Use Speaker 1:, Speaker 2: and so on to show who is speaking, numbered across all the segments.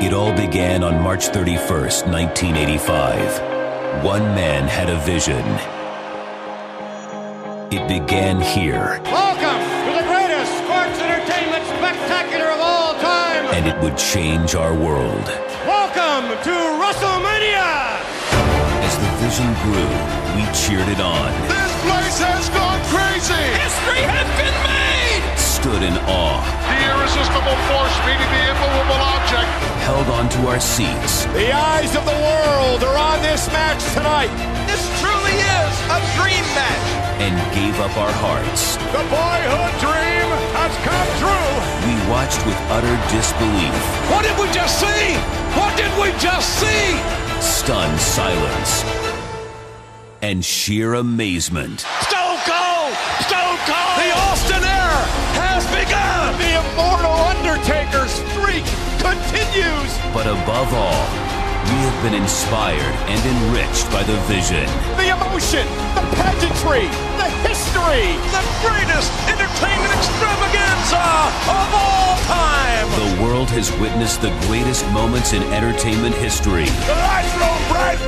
Speaker 1: It all began on March 31st, 1985. One man had a vision. It began here,
Speaker 2: Welcome to the greatest sports entertainment spectacular of all time.
Speaker 1: and it would change our world.
Speaker 2: Welcome to WrestleMania.
Speaker 1: As the vision grew, we cheered it on,
Speaker 3: This place has gone crazy.
Speaker 4: History has been made!
Speaker 1: stood in awe,
Speaker 3: The irresistible force meeting the immovable object.
Speaker 1: held onto our seats,
Speaker 2: The eyes of the world are on this match tonight.
Speaker 4: This truly is a dream match.
Speaker 1: and gave up our hearts.
Speaker 2: The boyhood dream has come true.
Speaker 1: We watched with utter disbelief,
Speaker 4: What did we just see? What did we just see?
Speaker 1: stunned silence, and sheer amazement.
Speaker 4: Stone Cold! Stone Cold! The Austin era has begun!
Speaker 2: The immortal Undertaker's streak continues.
Speaker 1: But above all, we have been inspired and enriched by the vision.
Speaker 2: The emotion, the pageantry, the history.
Speaker 4: The greatest entertainment extravaganza of all time!
Speaker 1: The world has witnessed the greatest moments in entertainment history.
Speaker 2: The lights are on bright.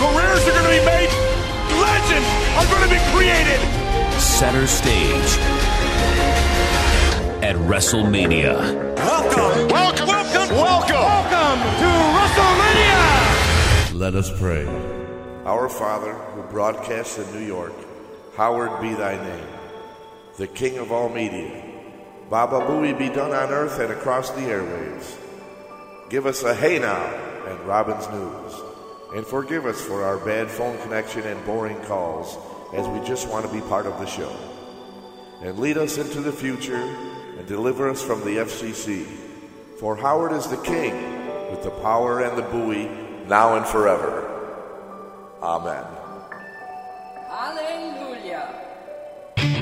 Speaker 2: Careers are going to be made. Legends are going to be created.
Speaker 1: Center stage at WrestleMania.
Speaker 4: Welcome!
Speaker 3: Welcome.
Speaker 2: Welcome. Welcome to WrestleMania.
Speaker 5: Let us pray.
Speaker 6: Our Father, who broadcasts in New York, Howard be thy name, the King of all media. Baba Booey be done on earth and across the airwaves. Give us a hey now and Robin's News. And forgive us for our bad phone connection and boring calls, as we just want to be part of the show. And lead us into the future and deliver us from the FCC. For Howard is the King, with the power and the buoy, now and forever. Amen.
Speaker 7: Hallelujah.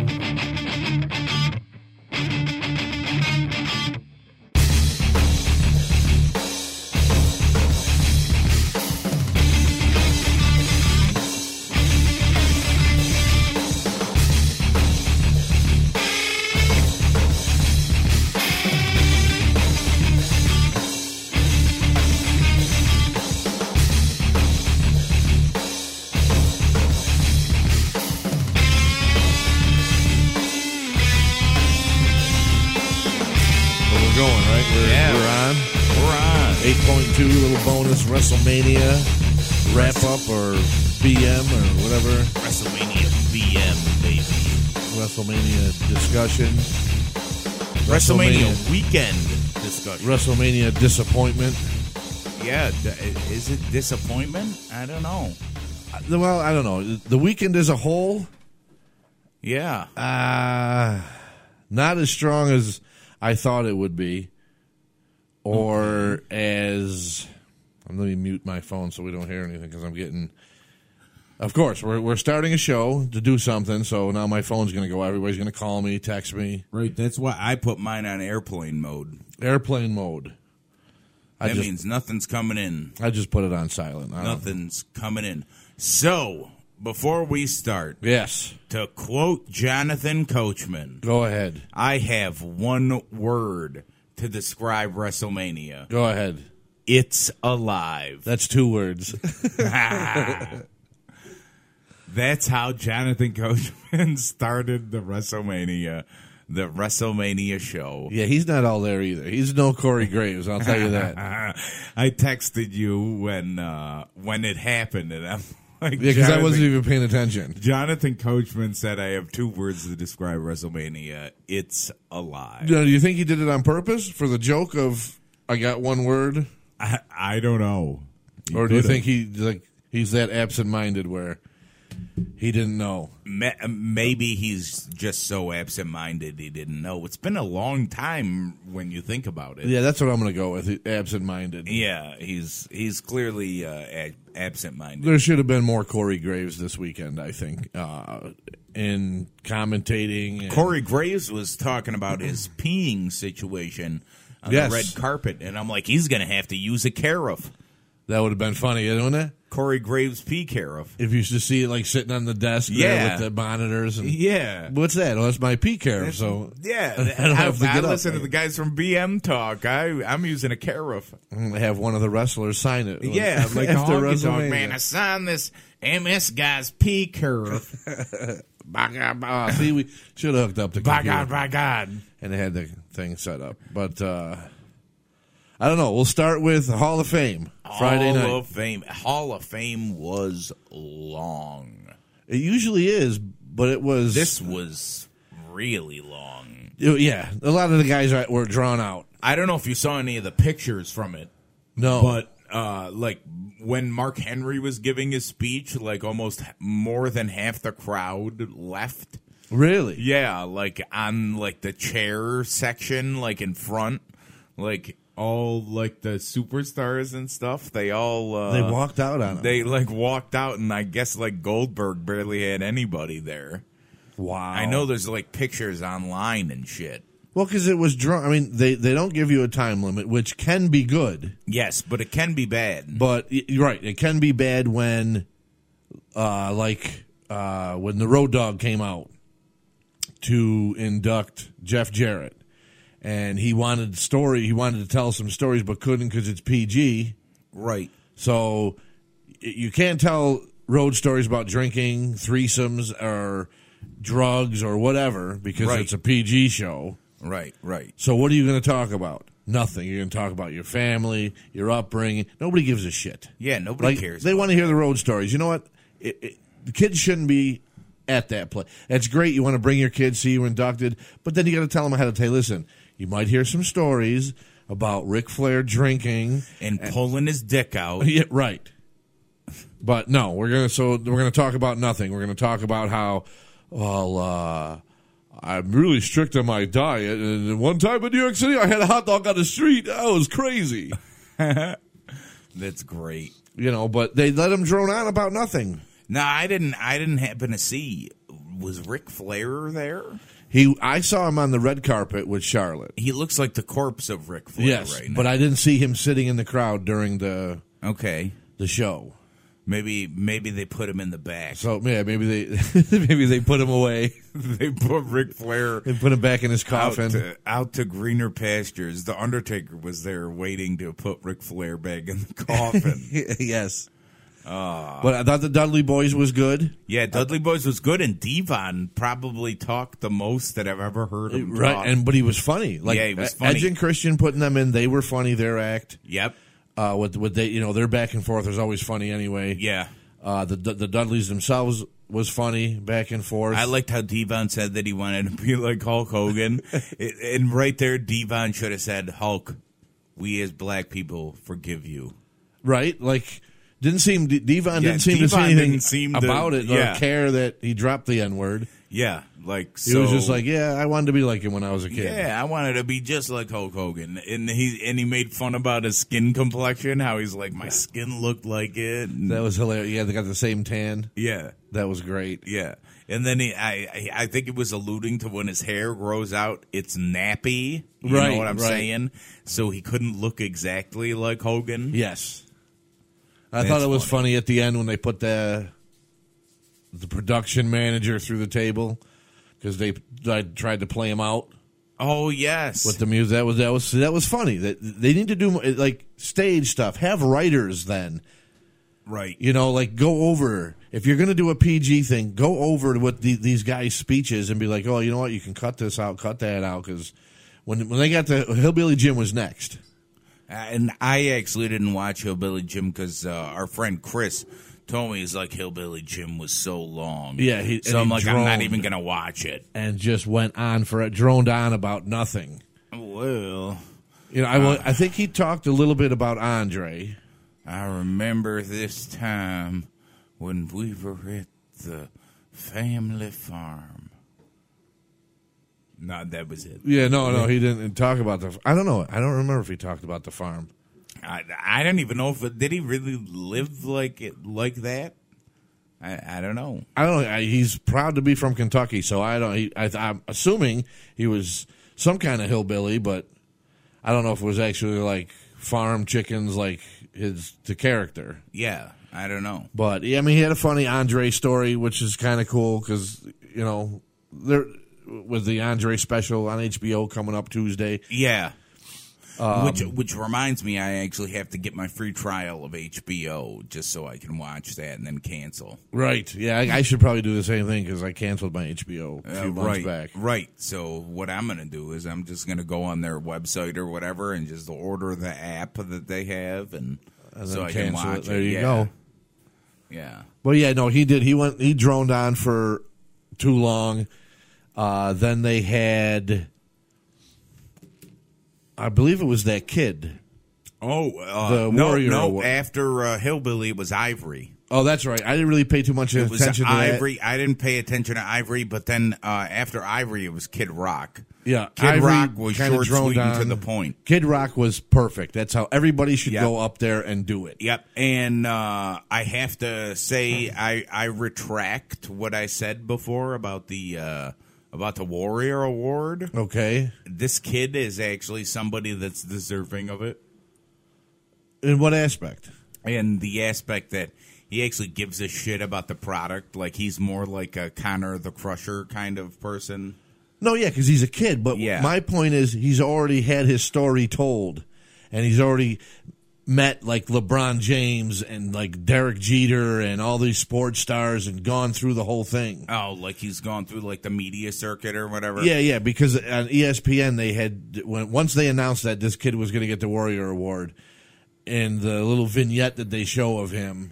Speaker 5: Well, we're going, right? We're,
Speaker 8: Yeah.
Speaker 5: we're
Speaker 8: We're on.
Speaker 5: on. 8.2, little bonus WrestleMania wrap up or BM or whatever.
Speaker 8: WrestleMania VM, baby.
Speaker 5: WrestleMania discussion.
Speaker 8: WrestleMania, weekend discussion.
Speaker 5: WrestleMania disappointment.
Speaker 8: yeah, d- is it disappointment? I don't know.
Speaker 5: Uh, Well, I don't know. The weekend as a whole,
Speaker 8: Yeah.
Speaker 5: uh, not as strong as I thought it would be, or as I'm going to mute my phone so we don't hear anything because I'm getting. Of course, we're we're starting a show to do something, so now my phone's going to go. Everybody's going to call me, text me,
Speaker 8: Right. That's why I put mine on airplane mode.
Speaker 5: airplane mode. I
Speaker 8: That
Speaker 5: just Uh-huh.
Speaker 8: means nothing's coming in.
Speaker 5: I just put it on silent. I don't-
Speaker 8: Nothing's coming in. So, before we start,
Speaker 5: Yes,
Speaker 8: to quote Jonathan Coachman,
Speaker 5: go ahead,
Speaker 8: I have one word to describe WrestleMania.
Speaker 5: go ahead.
Speaker 8: It's alive.
Speaker 5: That's two words.
Speaker 8: That's how Jonathan Coachman started the WrestleMania, the WrestleMania show.
Speaker 5: yeah, he's not all there either. He's no Corey Graves. I'll tell you that.
Speaker 8: I texted you when uh, when it happened, and I'm like,
Speaker 5: Yeah, because I
Speaker 8: Jonathan-
Speaker 5: wasn't even paying attention.
Speaker 8: Jonathan Coachman said, "I have two words to describe WrestleMania. It's alive."
Speaker 5: Now, do you think he did it on purpose for the joke of I got one word,
Speaker 8: I, I don't know. He
Speaker 5: or do you
Speaker 8: could've.
Speaker 5: think he like he's that absent-minded where he didn't know?
Speaker 8: Ma- maybe he's just so absent-minded he didn't know? It's been a long time when you think about it.
Speaker 5: Yeah, that's what I'm going to go with. Absent-minded.
Speaker 8: Yeah, he's he's clearly uh, a- absent-minded.
Speaker 5: There should have been more Corey Graves this weekend. I think uh, in commentating. and-
Speaker 8: Corey Graves was talking about his peeing situation on
Speaker 5: Yes.
Speaker 8: the red carpet, and I'm like, he's going to have to use a carafe.
Speaker 5: That would have been funny, wouldn't it?
Speaker 8: Corey Graves P. care of.
Speaker 5: If you should see it like sitting on the desk there
Speaker 8: Yeah.
Speaker 5: with the monitors and
Speaker 8: Yeah.
Speaker 5: what's that? Oh, that's my P care. So
Speaker 8: Yeah,
Speaker 5: I
Speaker 8: I,
Speaker 5: don't have to
Speaker 8: I
Speaker 5: get up.
Speaker 8: listen to the guys from BM talk. I I'm using a Carif.
Speaker 5: Mm, have one of the wrestlers sign it.
Speaker 8: Yeah, like the
Speaker 5: After
Speaker 8: honky dog
Speaker 5: WrestleMania.
Speaker 8: man. I signed this MS guy's P curve. by God,
Speaker 5: Ah,
Speaker 8: by,
Speaker 5: see, we should have hooked up the
Speaker 8: by
Speaker 5: computer.
Speaker 8: God, by God.
Speaker 5: and they had the thing set up. But uh, I don't know. We'll start with Hall of Fame Friday
Speaker 8: Hall
Speaker 5: night.
Speaker 8: of Fame. Hall of Fame was long.
Speaker 5: it usually is, but it was
Speaker 8: This was really long.
Speaker 5: Yeah, a lot of the guys are- were drawn out.
Speaker 8: I don't know if you saw any of the pictures from it,
Speaker 5: No,
Speaker 8: but uh, like when Mark Henry was giving his speech, like almost h- more than half the crowd left.
Speaker 5: really,
Speaker 8: Yeah, like on like the chair section, like in front, like all like the superstars and stuff. They all uh,
Speaker 5: they walked out on it.
Speaker 8: They like walked out, and I guess like Goldberg barely had anybody there.
Speaker 5: wow,
Speaker 8: I know there's like pictures online and shit.
Speaker 5: Well, because it was drawn. I mean, they they don't give you a time limit, which can be good,
Speaker 8: Yes, but it can be bad.
Speaker 5: but y- you're right. It can be bad when, uh, like uh, when the Road Dog came out to induct Jeff Jarrett, and he wanted story. He wanted to tell some stories, but couldn't because it's PG.
Speaker 8: Right.
Speaker 5: So y- you can't tell road stories about drinking, threesomes, or drugs or whatever because
Speaker 8: Right.
Speaker 5: it's a PG show.
Speaker 8: Right. Right.
Speaker 5: So what are you going to talk about? Nothing. You're going to talk about your family, your upbringing. Nobody gives a shit.
Speaker 8: Yeah, nobody
Speaker 5: Like,
Speaker 8: cares.
Speaker 5: They want to hear the road stories. You know what? It, it, the kids shouldn't be at that place. That's great. You want to bring your kids, see you inducted, but then you got to tell them how to tell. Listen, you might hear some stories about Ric Flair drinking.
Speaker 8: and pulling his dick out.
Speaker 5: Yeah, right. But no, we're gonna so we're gonna talk about nothing. We're gonna talk about how well uh, I'm really strict on my diet. And one time in New York City, I had a hot dog on the street. That was crazy,
Speaker 8: That's great.
Speaker 5: you know. But they let him drone on about nothing.
Speaker 8: No, I didn't. I didn't happen to see. Was Ric Flair there?
Speaker 5: He, I saw him on the red carpet with Charlotte.
Speaker 8: He looks like the corpse of Ric Flair
Speaker 5: Yes,
Speaker 8: right now.
Speaker 5: but I didn't see him sitting in the crowd during the
Speaker 8: okay,
Speaker 5: the show.
Speaker 8: maybe maybe they put him in the back.
Speaker 5: So yeah, maybe they maybe they put him away
Speaker 8: they put Ric Flair
Speaker 5: and put him back in his
Speaker 8: out
Speaker 5: coffin.
Speaker 8: to, out to greener pastures. The Undertaker was there waiting to put Ric Flair back in the coffin.
Speaker 5: yes. but I thought the Dudley Boys was good.
Speaker 8: yeah, Dudley Boys was good, and Devon probably talked the most that I've ever heard him talk.
Speaker 5: Right, and but he was funny. Like
Speaker 8: Yeah, he was
Speaker 5: uh,
Speaker 8: funny.
Speaker 5: Edge and Christian putting them in, they were funny. Their act,
Speaker 8: yep,
Speaker 5: uh, with with they, you know, their back and forth was always funny anyway.
Speaker 8: yeah.
Speaker 5: uh, the the Dudleys themselves was funny back and forth.
Speaker 8: I liked how Devon said that he wanted to be like Hulk Hogan. It- and right there, Devon should have said, Hulk, we as black people forgive you.
Speaker 5: right, like didn't seem D- Devon
Speaker 8: Yeah,
Speaker 5: didn't seem to
Speaker 8: Devon
Speaker 5: see anything
Speaker 8: didn't seem to-
Speaker 5: about it
Speaker 8: yeah.
Speaker 5: or care that he dropped the N word.
Speaker 8: Yeah. Like,
Speaker 5: He was just like, yeah, I wanted to be like him when I was a kid.
Speaker 8: yeah, I wanted to be just like Hulk Hogan, and he and he made fun about his skin complexion, how he's like my skin looked like it. And-
Speaker 5: That was hilarious. Yeah, they got the same tan.
Speaker 8: yeah,
Speaker 5: That was great.
Speaker 8: yeah. And then he, I, I, I think it was alluding to when his hair grows out, it's nappy. You
Speaker 5: Right,
Speaker 8: know what I'm
Speaker 5: right.
Speaker 8: saying? So he couldn't look exactly like Hogan.
Speaker 5: Yes. I
Speaker 8: That's
Speaker 5: thought it was funny. at the end when they put the the production manager through the table because they I tried to play him out
Speaker 8: Oh yes,
Speaker 5: with the music. That was that was that was funny. That they need to do more, like stage stuff. Have writers then,
Speaker 8: right.
Speaker 5: you know, like go over if you're going to do a PG thing, go over what the, these guys' speeches and be like, oh, you know what, you can cut this out, cut that out because when when they got the Hillbilly Jim was next.
Speaker 8: Uh, And I actually didn't watch Hillbilly Jim because uh, our friend Chris told me he's like Hillbilly Jim was so long.
Speaker 5: Yeah, he- and
Speaker 8: so I'm
Speaker 5: he
Speaker 8: like I'm not
Speaker 5: droned.
Speaker 8: even gonna watch it.
Speaker 5: And just went on for it, droned on about nothing.
Speaker 8: Well,
Speaker 5: You know, I, wa- I think he talked a little bit about Andre.
Speaker 8: I remember this time when we were at the family farm. No, that was it.
Speaker 5: Yeah, no, no, he didn't talk about the. I don't know. I don't remember if he talked about the farm.
Speaker 8: I I don't even know if it, did he really live like it like that. I I don't know.
Speaker 5: I don't. I, he's proud to be from Kentucky, so I don't. He, I, I'm assuming he was some kind of hillbilly, but I don't know if it was actually like farm chickens, like his the character.
Speaker 8: Yeah, I don't know.
Speaker 5: But yeah, I mean, he had a funny Andre story, which is kind of cool because you know there with the Andre special on HBO coming up Tuesday.
Speaker 8: Yeah. which which reminds me, I actually have to get my free trial of HBO just so I can watch that and then cancel.
Speaker 5: Right? Yeah, I, I should probably do the same thing because I canceled my HBO a
Speaker 8: Uh,
Speaker 5: few months
Speaker 8: right,
Speaker 5: back.
Speaker 8: right. So what I'm gonna do is I'm just gonna go on their website or whatever and just order the app that they have, and, so
Speaker 5: Then
Speaker 8: I can
Speaker 5: cancel
Speaker 8: watch
Speaker 5: it. There you
Speaker 8: yeah.
Speaker 5: go.
Speaker 8: Yeah,
Speaker 5: But yeah, no, he did. He went. He droned on for too long. Uh, then they had, I believe it was that kid.
Speaker 8: Oh, uh,
Speaker 5: The
Speaker 8: no,
Speaker 5: Warrior
Speaker 8: no.
Speaker 5: Award.
Speaker 8: After uh, Hillbilly, it was Ivory.
Speaker 5: Oh, that's right. I didn't really pay too much
Speaker 8: It was
Speaker 5: attention to that.
Speaker 8: Ivory. I didn't pay attention to Ivory, but then uh, after Ivory, it was Kid Rock.
Speaker 5: Yeah,
Speaker 8: Kid
Speaker 5: Ivory
Speaker 8: Rock was
Speaker 5: kinda
Speaker 8: short,
Speaker 5: droned
Speaker 8: sweet, and to
Speaker 5: on.
Speaker 8: the point.
Speaker 5: Kid Rock was perfect. That's how everybody should
Speaker 8: Yeah.
Speaker 5: go up there and do it.
Speaker 8: Yep, and uh, I have to say I I retract what I said before about the uh, about the Warrior Award.
Speaker 5: Okay.
Speaker 8: This kid is actually somebody that's deserving of it,
Speaker 5: In what aspect?
Speaker 8: and the aspect that he actually gives a shit about the product, like he's more like a Connor the Crusher kind of person.
Speaker 5: No, yeah, because he's a kid. But
Speaker 8: Yeah.
Speaker 5: my point is, he's already had his story told, and he's already met like LeBron James and like Derek Jeter and all these sports stars and gone through the whole thing.
Speaker 8: Oh, like he's gone through like the media circuit or whatever.
Speaker 5: Yeah, yeah, because on E ESPN they had when once they announced that this kid was going to get the Warrior Award, and the little vignette that they show of him,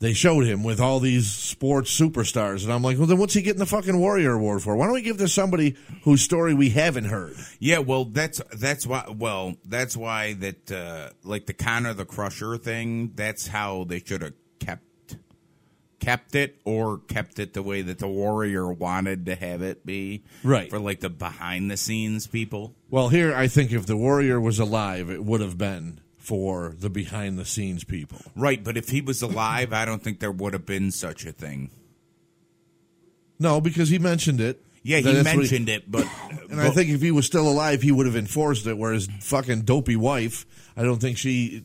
Speaker 5: they showed him with all these sports superstars, and I'm like, well, then what's he getting the fucking Warrior Award for? Why don't we give this somebody whose story we haven't heard?
Speaker 8: Yeah, well, that's that's why. Well, that's why that uh, like the Connor the Crusher thing. That's how they should have kept kept it, or kept it the way that the Warrior wanted to have it be.
Speaker 5: Right.
Speaker 8: for like the behind the scenes people.
Speaker 5: Well, here I think if the Warrior was alive, it would have been for the behind the scenes people.
Speaker 8: Right, but if he was alive, I don't think there would have been such a thing.
Speaker 5: No, because he mentioned it.
Speaker 8: Yeah, he
Speaker 5: That's what
Speaker 8: mentioned it, but
Speaker 5: And I think if he was still alive, he would have enforced it. Whereas fucking dopey wife, I don't think she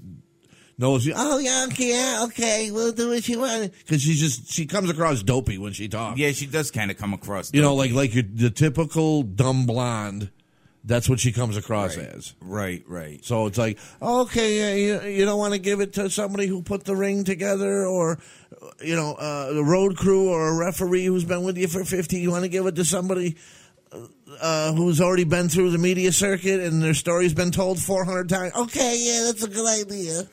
Speaker 5: knows. You, oh yeah, okay, yeah, okay, we'll do what you want. Because she just she comes across dopey when she talks.
Speaker 8: yeah, she does kind of come across.
Speaker 5: you know, like like your, the typical dumb blonde. That's what she comes across as.
Speaker 8: right, right.
Speaker 5: So it's like, okay, yeah, you, you don't want to give it to somebody who put the ring together or, you know, uh, the road crew or a referee who's been with you for 50. You want to give it to somebody uh, who's already been through the media circuit and their story's been told 400 times. Okay, yeah, that's a good idea.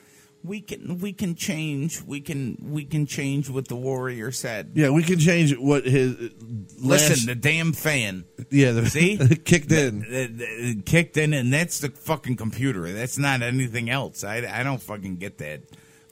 Speaker 8: We can we can change. We can we can change what the Warrior said.
Speaker 5: Yeah, we can change what his last.
Speaker 8: Listen, the damn fan.
Speaker 5: yeah, the,
Speaker 8: See?
Speaker 5: kicked in.
Speaker 8: Th- th- kicked in, and that's the fucking computer. That's not anything else. I, I don't fucking get that.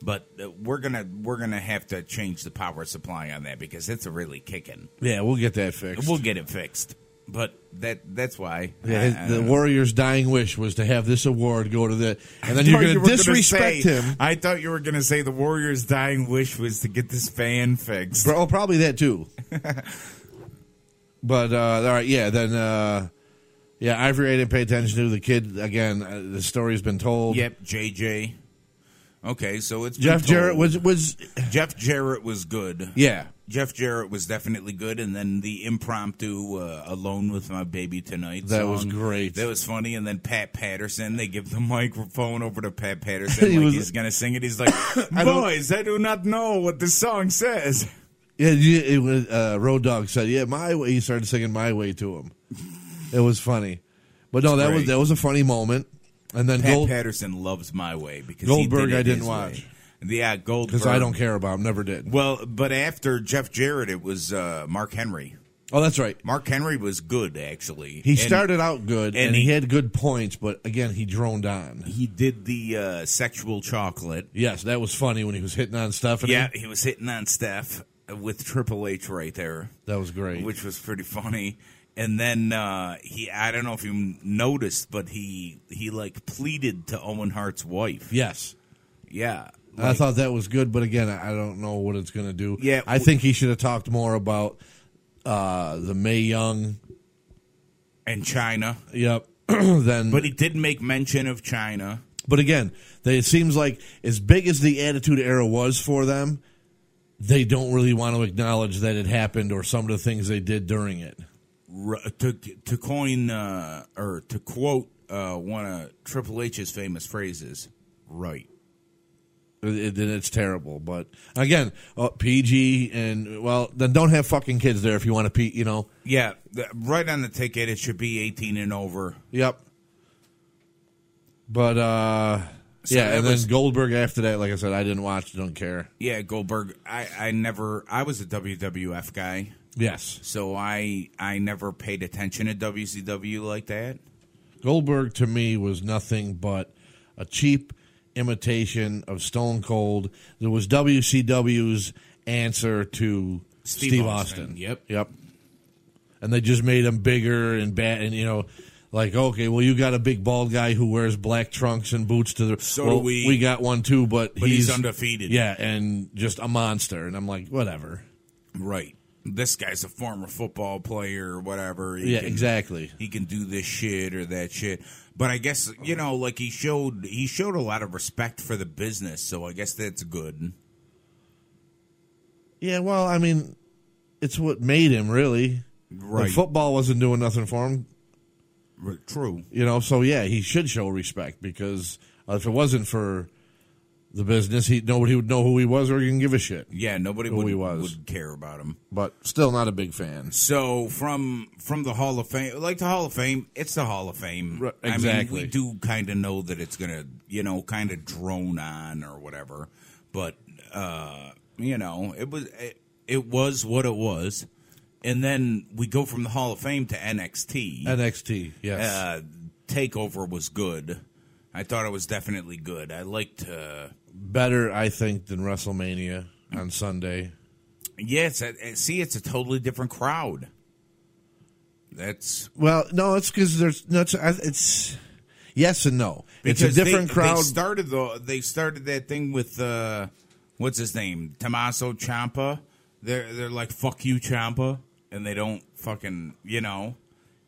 Speaker 8: But uh, we're gonna we're gonna have to change the power supply on that because it's really kicking.
Speaker 5: yeah, we'll get that fixed.
Speaker 8: We'll get it fixed. But that that's why.
Speaker 5: Yeah,
Speaker 8: I-
Speaker 5: his-
Speaker 8: I
Speaker 5: the
Speaker 8: don't know.
Speaker 5: Warrior's dying wish was to have this award go to the, and then
Speaker 8: I
Speaker 5: you're
Speaker 8: thought
Speaker 5: going
Speaker 8: you
Speaker 5: to
Speaker 8: were gonna
Speaker 5: disrespect
Speaker 8: say-
Speaker 5: him.
Speaker 8: I thought you were gonna say the Warriors' dying wish was to get this fan fixed.
Speaker 5: Bro, oh, probably that too. but uh, all right, yeah. Then uh, yeah, Ivory I didn't pay attention to the kid again. Uh, the story's been told.
Speaker 8: Yep, JJ. Okay, so it's been
Speaker 5: Jeff Jarrett
Speaker 8: told.
Speaker 5: was was
Speaker 8: Jeff Jarrett was good.
Speaker 5: yeah.
Speaker 8: Jeff Jarrett was definitely good, and then the impromptu uh, "Alone with My Baby Tonight"
Speaker 5: That
Speaker 8: song.
Speaker 5: was great.
Speaker 8: That was funny, and then Pat Patterson. They give the microphone over to Pat Patterson
Speaker 5: He
Speaker 8: like
Speaker 5: was-
Speaker 8: he's gonna sing it. He's like,
Speaker 5: don't-
Speaker 8: "Boys, I do not know what the song says."
Speaker 5: Yeah, you- it was, uh, Road Dog said, "Yeah, my way." He started singing "My Way" to him. It was funny, but no, that was
Speaker 8: great.
Speaker 5: that was a funny moment. And then
Speaker 8: Pat
Speaker 5: Gold
Speaker 8: Patterson loves "My Way" because He
Speaker 5: Goldberg
Speaker 8: did it
Speaker 5: I didn't
Speaker 8: his
Speaker 5: watch.
Speaker 8: way. Yeah, Goldberg.
Speaker 5: because I don't care about him, never did.
Speaker 8: Well, but after Jeff Jarrett, it was uh, Mark Henry.
Speaker 5: Oh, that's right.
Speaker 8: Mark Henry was good actually.
Speaker 5: He
Speaker 8: And-
Speaker 5: started out good and,
Speaker 8: and
Speaker 5: he
Speaker 8: he-
Speaker 5: had good points, but again, he droned on.
Speaker 8: He did the uh, sexual chocolate.
Speaker 5: Yes, that was funny when he was hitting on Stephanie.
Speaker 8: Yeah, he was hitting on Steph with Triple H right there,
Speaker 5: that was great.
Speaker 8: which was pretty funny. And then uh, he—I don't know if you noticed, but he he like pleaded to Owen Hart's wife.
Speaker 5: Yes.
Speaker 8: Yeah,
Speaker 5: I
Speaker 8: like-
Speaker 5: thought that was good, but again, I I don't know what it's going to do.
Speaker 8: Yeah,
Speaker 5: I
Speaker 8: w-
Speaker 5: think he should have talked more about uh, the May Young.
Speaker 8: and China,
Speaker 5: Yep. then,
Speaker 8: but he did make mention of China.
Speaker 5: But again, they, it seems like as big as the Attitude Era was for them, they don't really want to acknowledge that it happened or some of the things they did during it.
Speaker 8: r- to to coin uh, or to quote uh, one of Triple H's famous phrases, right?
Speaker 5: It, it- it's terrible. But again, uh, PG and well, then don't have fucking kids there if you want to. P, you know,
Speaker 8: Yeah, th- right on the ticket. It should be eighteen and over.
Speaker 5: yep. But uh
Speaker 8: So
Speaker 5: yeah,
Speaker 8: that
Speaker 5: and then
Speaker 8: was-
Speaker 5: Goldberg after that. Like I said, I didn't watch. Don't care.
Speaker 8: Yeah, Goldberg. I I never. I was a WWF guy,
Speaker 5: Yes,
Speaker 8: so I I never paid attention to WCW like that.
Speaker 5: Goldberg to me was nothing but a cheap imitation of Stone Cold. It was WCW's answer to Steve,
Speaker 8: Steve
Speaker 5: Austin.
Speaker 8: Austin. Yep.
Speaker 5: Yep. And they just made him bigger and bad and you know like okay, well you got a big bald guy who wears black trunks and boots to the
Speaker 8: So do
Speaker 5: well,
Speaker 8: we.
Speaker 5: We got one too, but,
Speaker 8: But he's undefeated.
Speaker 5: Yeah, and just a monster and I'm like whatever.
Speaker 8: Right. This guy's a former football player or whatever. He
Speaker 5: Yeah,
Speaker 8: can-
Speaker 5: exactly.
Speaker 8: He can do this shit or that shit. But I guess you know, like he showed he showed a lot of respect for the business, so I guess that's good.
Speaker 5: Yeah, well, I mean it's what made him really.
Speaker 8: Right.
Speaker 5: When football wasn't doing nothing for him.
Speaker 8: R- True.
Speaker 5: You know, so yeah, he should show respect because if it wasn't for the business, he nobody would know who he was or even give a shit.
Speaker 8: Yeah, nobody
Speaker 5: Who
Speaker 8: would,
Speaker 5: he was.
Speaker 8: would care about him.
Speaker 5: But still, not a big fan.
Speaker 8: So from from the Hall of Fame, like the Hall of Fame, it's the Hall of Fame.
Speaker 5: Right,
Speaker 8: I mean,
Speaker 5: exactly.
Speaker 8: we do kind of know that it's gonna, you know, kind of drone on or whatever. But uh, you know, it was it, it was what it was, and then we go from the Hall of Fame to NXT.
Speaker 5: NXT, yes,
Speaker 8: uh, Takeover was good. I thought it was definitely good. I liked. Uh,
Speaker 5: better I think than WrestleMania on Sunday.
Speaker 8: yes, I see, it's a totally different crowd. That's
Speaker 5: Well, no, it's because there's no, it's, I- it's yes and no. it's
Speaker 8: Because
Speaker 5: a different
Speaker 8: they,
Speaker 5: crowd.
Speaker 8: They started the they started that thing with uh, what's his name, Tommaso Ciampa. They're they're like fuck you Ciampa, and they don't fucking you know,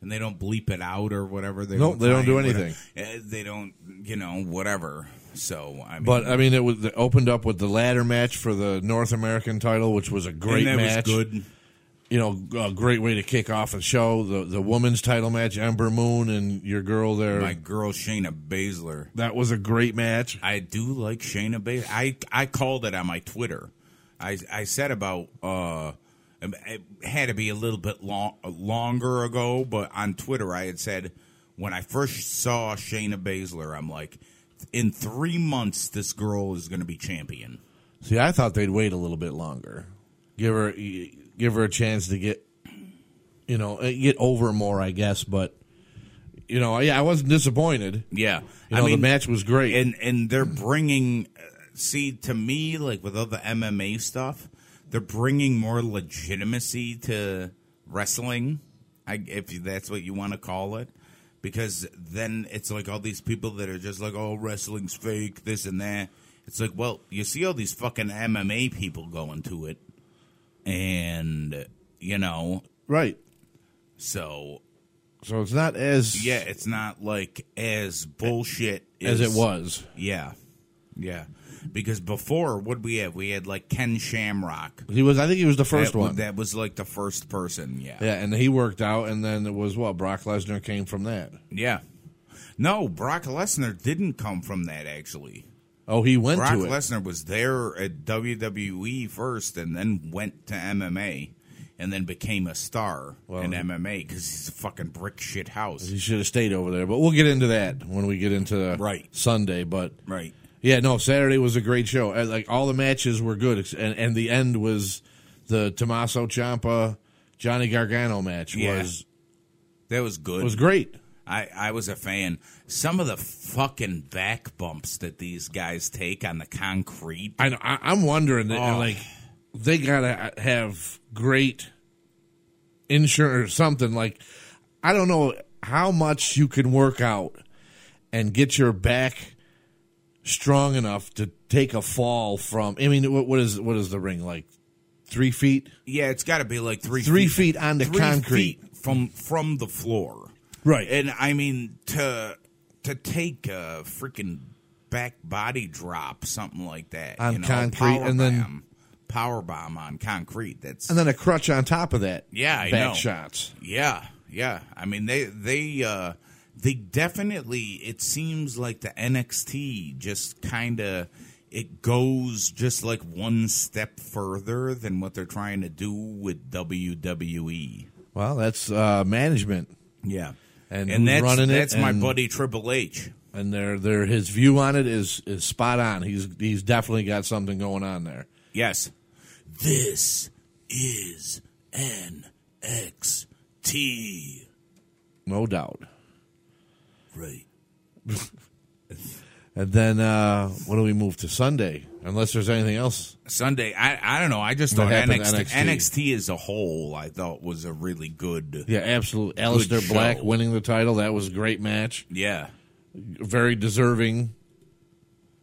Speaker 8: and they don't bleep it out or whatever. They
Speaker 5: No,
Speaker 8: don't
Speaker 5: they don't
Speaker 8: try
Speaker 5: do
Speaker 8: and
Speaker 5: anything.
Speaker 8: whatever. Uh, They don't you know whatever. So I mean,
Speaker 5: but I mean, it was it opened up with the ladder match for the North American title, which was a great
Speaker 8: and that
Speaker 5: match.
Speaker 8: was good.
Speaker 5: you know, a great way to kick off a show. The the women's title match, Ember Moon and your girl there.
Speaker 8: My girl Shayna Baszler.
Speaker 5: that was a great match.
Speaker 8: I do like Shayna Baszler. I I called it on my Twitter. I I said about uh it had to be a little bit long, longer ago, but on Twitter I had said when I first saw Shayna Baszler, I'm like, in three months this girl is going to be champion.
Speaker 5: See, I thought they'd wait a little bit longer, give her give her a chance to get, you know, eh, get over more, I guess. But you know, yeah, I wasn't disappointed.
Speaker 8: Yeah,
Speaker 5: You know, the match was great.
Speaker 8: and and they're bringing. uh, See, to me, like with all the MMA stuff, they're bringing more legitimacy to wrestling, I, if that's what you want to call it, because then it's like all these people that are just like, "Oh, wrestling's fake," this and that. It's like, well, you see all these fucking MMA people going to it, and you know,
Speaker 5: right.
Speaker 8: so
Speaker 5: So it's not as
Speaker 8: yeah, it's not like as bullshit
Speaker 5: as it was.
Speaker 8: yeah. Yeah. Because before, what we had? We had like Ken Shamrock.
Speaker 5: He was. I think he was the first
Speaker 8: that,
Speaker 5: one.
Speaker 8: That was like the first person. Yeah.
Speaker 5: yeah, and he worked out, and then it was what Brock Lesnar came from that.
Speaker 8: Yeah. No, Brock Lesnar didn't come from that, actually.
Speaker 5: Oh, he went
Speaker 8: Brock
Speaker 5: to it.
Speaker 8: Lesnar was there at WWE first and then went to MMA and then became a star in MMA because he's a fucking brick shit house.
Speaker 5: He should have stayed over there. But we'll get into that when we get into
Speaker 8: Right.
Speaker 5: Sunday. But
Speaker 8: Right.
Speaker 5: yeah, no, Saturday was a great show. And, Like all the matches were good, ex- and and the end was the Tommaso Ciampa Johnny Gargano match
Speaker 8: Yeah.
Speaker 5: was
Speaker 8: That was good.
Speaker 5: was great.
Speaker 8: I, I was a fan. Some of the fucking back bumps that these guys take on the concrete.
Speaker 5: I know, I, I'm wondering that,
Speaker 8: Oh.
Speaker 5: like they gotta have great insurance or something. Like I don't know how much you can work out and get your back strong enough to take a fall from. I mean, what, what is what is the ring like? Three feet,
Speaker 8: Yeah, it's got to be like three
Speaker 5: three
Speaker 8: feet,
Speaker 5: feet on the
Speaker 8: three
Speaker 5: concrete.
Speaker 8: feet from from the floor,
Speaker 5: Right.
Speaker 8: And I mean to to take a freaking back body drop, something like that
Speaker 5: On concrete, and then-
Speaker 8: bomb, power bomb on concrete. That's
Speaker 5: and then a crutch on top of that.
Speaker 8: Yeah, I
Speaker 5: back
Speaker 8: know.
Speaker 5: shots.
Speaker 8: Yeah, yeah. I mean, they they uh, they definitely. It seems like the NXT just kind of it goes just like one step further than what they're trying to do with E. WWE.
Speaker 5: Well, that's uh, management,
Speaker 8: Yeah,
Speaker 5: And
Speaker 8: that's
Speaker 5: running it
Speaker 8: that's my
Speaker 5: and-
Speaker 8: buddy Triple H.
Speaker 5: and their their his view on it is is spot on. He's he's definitely got something going on there.
Speaker 8: Yes, this is NXT.
Speaker 5: No doubt.
Speaker 8: Right.
Speaker 5: And then uh, when do we move to Sunday? Unless there's anything else.
Speaker 8: Sunday. I I don't know. I just
Speaker 5: What
Speaker 8: thought
Speaker 5: happened
Speaker 8: NXT,
Speaker 5: to NXT?
Speaker 8: NXT as a whole, I thought was a really good.
Speaker 5: Yeah, absolutely. Alistair
Speaker 8: show.
Speaker 5: Black winning the title. That was a great match.
Speaker 8: Yeah.
Speaker 5: Very deserving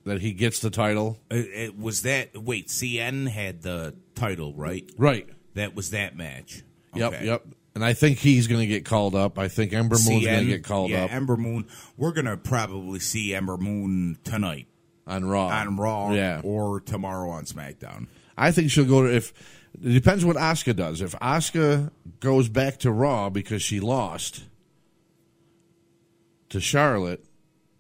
Speaker 5: that he gets the title.
Speaker 8: It, Uh, it was that. Wait, CN had the title, right?
Speaker 5: Right.
Speaker 8: That was that match.
Speaker 5: Yep,
Speaker 8: Okay.
Speaker 5: yep. And I think he's going to get called up. I think Ember Moon's going
Speaker 8: CN
Speaker 5: to get called
Speaker 8: yeah,
Speaker 5: up
Speaker 8: Ember Moon. We're gonna probably see Ember Moon tonight
Speaker 5: on Raw.
Speaker 8: on Raw,
Speaker 5: Um, Yeah.
Speaker 8: or tomorrow on SmackDown.
Speaker 5: I think she'll go to if it depends what Asuka does. If Asuka goes back to Raw because she lost to Charlotte,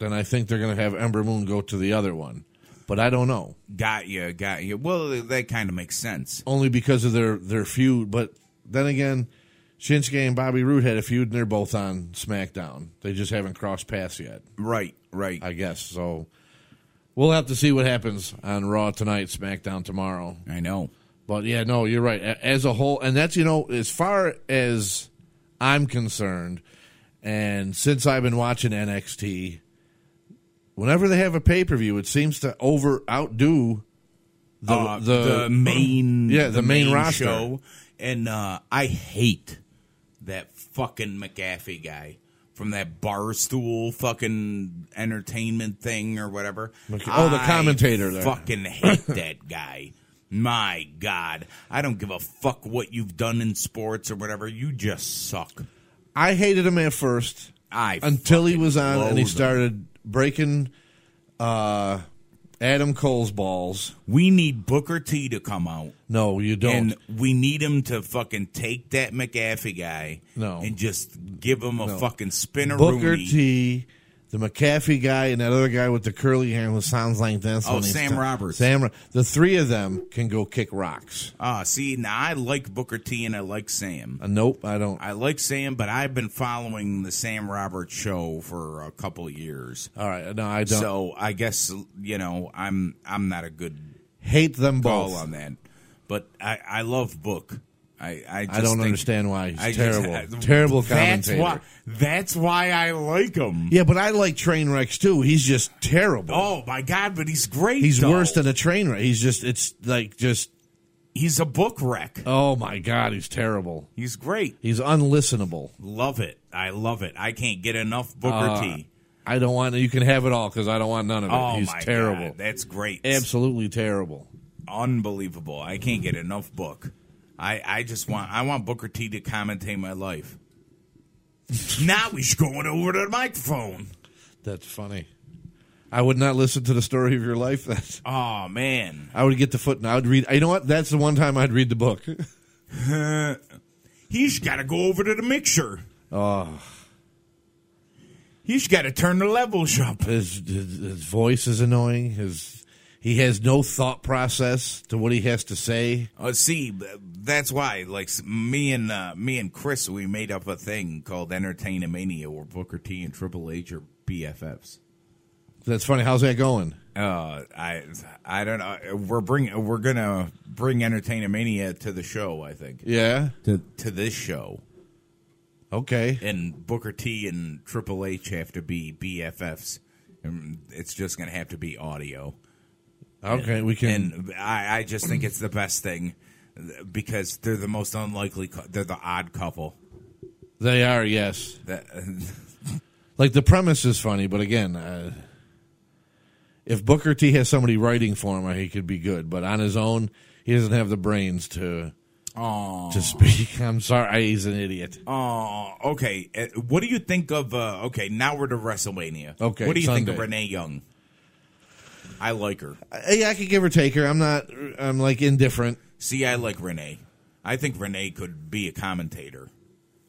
Speaker 5: then I think they're going to have Ember Moon go to the other one. But I don't know.
Speaker 8: Got you, got you. Well, that kind of makes sense.
Speaker 5: Only because of their their feud, but then again, Shinsuke and Bobby Roode had a feud and they're both on SmackDown. They just haven't crossed paths yet,
Speaker 8: Right, right.
Speaker 5: I guess. So we'll have to see what happens on Raw tonight, SmackDown tomorrow.
Speaker 8: I know.
Speaker 5: But yeah, no, you're right. A- As a whole, and that's you know, as far as I'm concerned, and since I've been watching NXT, whenever they have a pay per view, it seems to over outdo the
Speaker 8: uh,
Speaker 5: the, um,
Speaker 8: the, main
Speaker 5: yeah the, main, roster.
Speaker 8: show, and uh, I hate that fucking McAfee guy from that barstool fucking entertainment thing or whatever.
Speaker 5: Mc- oh, the
Speaker 8: I
Speaker 5: commentator there.
Speaker 8: Fucking hate that guy. My God, I don't give a fuck what you've done in sports or whatever. You just suck.
Speaker 5: I hated him at first
Speaker 8: I
Speaker 5: until he was on and he
Speaker 8: loathe him.
Speaker 5: started breaking uh, Adam Cole's balls.
Speaker 8: we need Booker T to come out.
Speaker 5: No, you don't.
Speaker 8: And we need him to fucking take that McAfee guy
Speaker 5: No.
Speaker 8: and just give him a fucking spinner.
Speaker 5: Booker T, the McAfee guy, and that other guy with the curly hair who sounds like this.
Speaker 8: Oh,
Speaker 5: when he's
Speaker 8: Sam
Speaker 5: done.
Speaker 8: Roberts.
Speaker 5: Sam, Ro- the three of them can go kick rocks.
Speaker 8: Ah, see, now I like Booker T and I like Sam.
Speaker 5: Uh, nope, I don't.
Speaker 8: I like Sam, but I've been following the Sam Roberts show for a couple of years.
Speaker 5: all right, no, I don't.
Speaker 8: So I guess you know I'm I'm not a good
Speaker 5: Hate them
Speaker 8: call
Speaker 5: both.
Speaker 8: on that, but I, I love Book. I I, just
Speaker 5: I don't
Speaker 8: think-
Speaker 5: understand why he's
Speaker 8: I just-
Speaker 5: terrible.
Speaker 8: I-
Speaker 5: terrible
Speaker 8: that's
Speaker 5: commentator.
Speaker 8: why that's why I like him.
Speaker 5: Yeah, but I like train wrecks too. He's just terrible.
Speaker 8: Oh my god, but he's great.
Speaker 5: he's
Speaker 8: though.
Speaker 5: worse than a train wreck. He's just. It's like just.
Speaker 8: he's a book wreck.
Speaker 5: Oh my god, he's terrible.
Speaker 8: He's great.
Speaker 5: He's unlistenable.
Speaker 8: Love it. I love it. I can't get enough Booker
Speaker 5: Uh,
Speaker 8: T.
Speaker 5: I don't want. You can have it all because I don't want none of it.
Speaker 8: Oh
Speaker 5: he's
Speaker 8: my
Speaker 5: terrible.
Speaker 8: god, that's great.
Speaker 5: Absolutely terrible.
Speaker 8: unbelievable. I can't get enough book. I, I just want I want Booker T to commentate my life. now he's going over to the microphone.
Speaker 5: That's funny. I would not listen to the story of your life. Then
Speaker 8: Oh man.
Speaker 5: I would get the foot and I would read. You know what? That's the one time I'd read the book.
Speaker 8: He's gotta go over to the mixer. Oh. He's gotta turn the levels up.
Speaker 5: His, his, his voice is annoying. His he has no thought process to what he has to say.
Speaker 8: Uh, see, b- that's why, like s- me and uh, me and Chris, we made up a thing called Entertainmania, where Booker T and Triple H are BFFs.
Speaker 5: That's funny. How's that going?
Speaker 8: Uh, I I don't know. Uh, We're bring we're gonna bring Entertainmania to the show. I think
Speaker 5: Yeah.
Speaker 8: to this show,
Speaker 5: Okay.
Speaker 8: and Booker T and Triple H have to be BFFs. And Um, It's just gonna have to be audio.
Speaker 5: Okay. We can.
Speaker 8: and I, I just think it's the best thing uh, because they're the most unlikely. cou- They're the odd couple.
Speaker 5: They are. Yes.
Speaker 8: That, uh,
Speaker 5: Like the premise is funny, but again, uh, if Booker T has somebody writing for him, uh, he could be good. But on his own, he doesn't have the brains to to speak. I'm sorry, he's an idiot.
Speaker 8: Oh, okay. Uh, What do you think of? Uh, okay, uh, now we're to WrestleMania.
Speaker 5: Okay,
Speaker 8: what do you think
Speaker 5: Sunday.
Speaker 8: of Renee Young? I like her.
Speaker 5: Hey, Uh, I could give or take her. I'm not. I'm like indifferent.
Speaker 8: See, I like Renee. I think Renee could be a commentator.